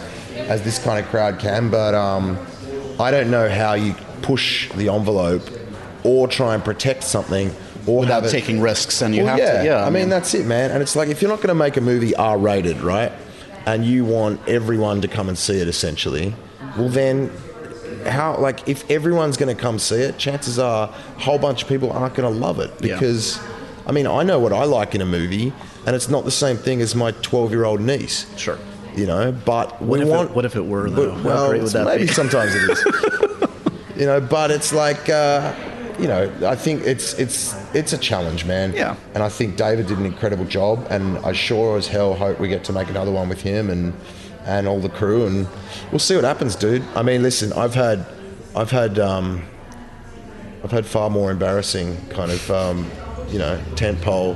as this kind of crowd can. But um, I don't know how you push the envelope or try and protect something or
Without
have it-
taking risks, and you
Well,
have
yeah.
to. Yeah,
I mean, that's it, man. And it's like if you're not going to make a movie R-rated, right? And you want everyone to come and see it, essentially. Well, then. How like if everyone's going to come see it, chances are a whole bunch of people aren't going to love it
Yeah.
because I mean, I know what I like in a movie, and it's not the same thing as my 12 year old niece.
Sure.
You know, but we
What if it-
want.
what if it were,
But-
though? How
well,
great would
it's-
that
maybe
be?
sometimes it is. you know, but it's like, uh, you know, I think it's it's it's a challenge, man.
Yeah.
And I think David did an incredible job, and I sure as hell hope we get to make another one with him and and all the crew, and we'll see what happens, dude. I mean, listen, I've had, I've had. Um, I've had far more embarrassing kind of, um, you know, tentpole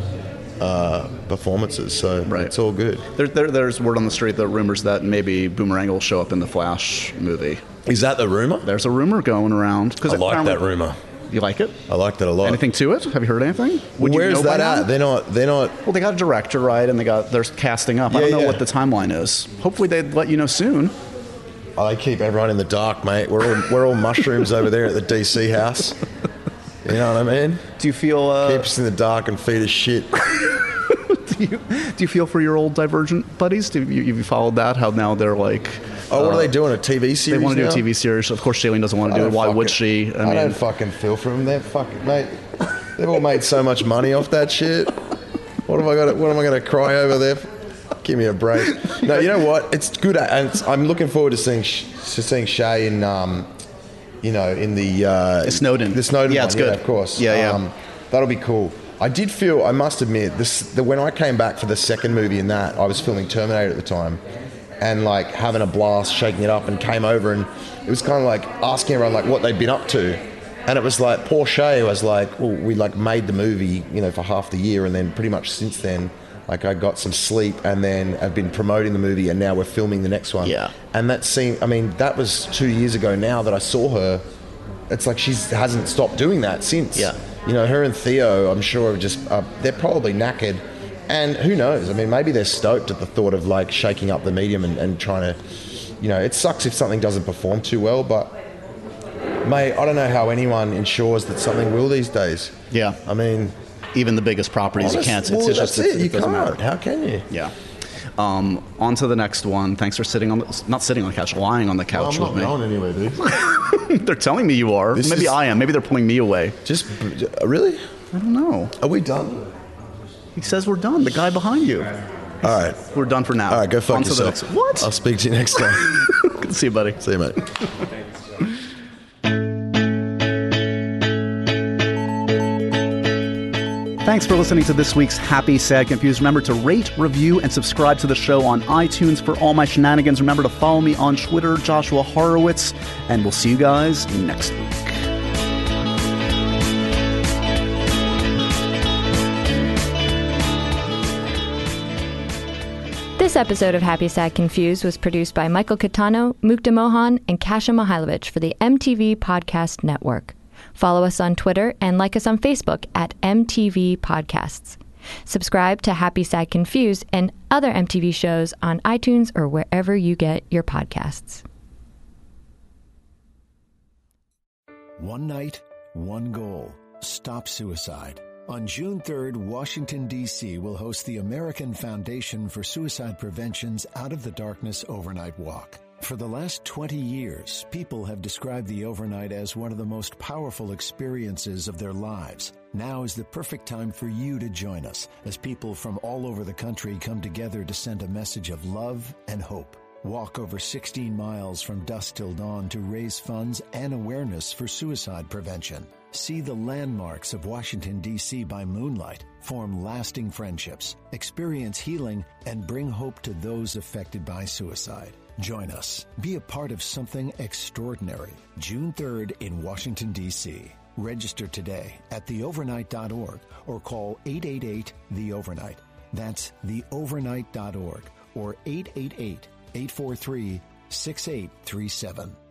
uh, performances. So
Right.
it's all good.
There, there, there's word on the street that rumors that maybe Boomerang will show up in the Flash movie.
Is that the rumor?
There's a rumor going around.
I like that rumor.
You like it?
I like that a lot.
Anything to it? Have you heard anything? Would you
Where's
know by
that
now?
at? They're not. They're not.
Well, they got a director, right? And they got they're casting up. I
Yeah,
don't know
yeah.
what the timeline is. Hopefully, they let you know soon.
I Oh, keep everyone in the dark, mate. We're all we're all mushrooms over there at the DC house. You know what I mean?
Do you feel? Uh,
Keep us in the dark and feed us shit.
do, you, do you feel for your old Divergent buddies? Do you, you followed that? How now they're like?
Oh, what
uh,
are they doing? A TV series?
They want to do
now?
a TV series. Of course, Shailene doesn't want
I
to do it.
don't
Why
fucking-
would she?
I, don't fucking feel for them. They're fucking mate. They've all made so much money off that shit. What am I gonna What am I gonna cry over there? for? Give me a break. No, you know what? It's good, and it's, I'm looking forward to seeing Sh- to seeing Shay in um, you know, in the uh,
Snowden.
the Snowden.
Yeah,
one.
it's
Yeah,
good.
of course. Um,
Yeah, yeah.
that'll be cool. I did feel, I must admit, this the, when I came back for the second movie in that, I was filming Terminator at the time, and like having a blast, shaking it up, and came over, and it was kind of like asking everyone like what they'd been up to, and it was like poor Shay was like, well, we like made the movie, you know, for half the year, and then pretty much since then. Like I got some sleep, and then I've been promoting the movie, and now we're filming the next one.
Yeah.
and that seemed—I mean, that was two years ago now that I saw her, it's like she hasn't stopped doing that since.
Yeah.
You know, her and Theo, I'm sure, are just uh, they're probably knackered, and who knows? I mean, maybe they're stoked at the thought of like shaking up the medium and, and trying to, you know, it sucks if something doesn't perform too well, but. Mate, I don't know how anyone ensures that something will these days.
Yeah.
I mean,
Even the biggest properties, you
honest-
can't. It's,
well,
it's
that's
just it's-
it. You
doesn't
can't.
matter.
How can you?
Yeah. Um, on to the next one. Thanks for sitting on the, not sitting on the couch, lying on the couch with me.
anywhere, dude.
They're telling me you are.
This
Maybe
is-
I am. Maybe they're pulling me away.
just
uh,
really?
I don't know.
Are we done?
He says we're done. The guy behind you.
All right.
We're done for now.
All right, go fuck
on To the
yourself.
next. What?
I'll speak to you next time.
Good to see you, buddy.
See you, mate.
Thanks for listening to this week's Happy, Sad, Confused. Remember to rate, review, and subscribe to the show on iTunes for all my shenanigans. Remember to follow me on Twitter, Joshua Horowitz, and we'll see you guys next week.
This episode of Happy Sad Confused was produced by Michael Catano, Mukta Mohan, and Kasia Mihailovich for the MTV Podcast Network. Follow us on Twitter and like us on Facebook at MTV Podcasts. Subscribe to Happy Sad Confused and other MTV shows on iTunes or wherever you get your podcasts.
One night, one goal stop suicide. On June 3rd, Washington, D.C. will host the American Foundation for Suicide Prevention's Out of the Darkness Overnight Walk. For the last 20 years, people have described the overnight as one of the most powerful experiences of their lives. Now is the perfect time for you to join us as people from all over the country come together to send a message of love and hope. Walk over 16 miles from dusk till dawn to raise funds and awareness for suicide prevention. See the landmarks of Washington, D.C. by moonlight, form lasting friendships, experience healing, and bring hope to those affected by suicide. Join us. Be a part of something extraordinary. June 3rd in Washington, D.C. Register today at theovernight.org or call 888 The Overnight. That's theovernight.org or 888 843 6837.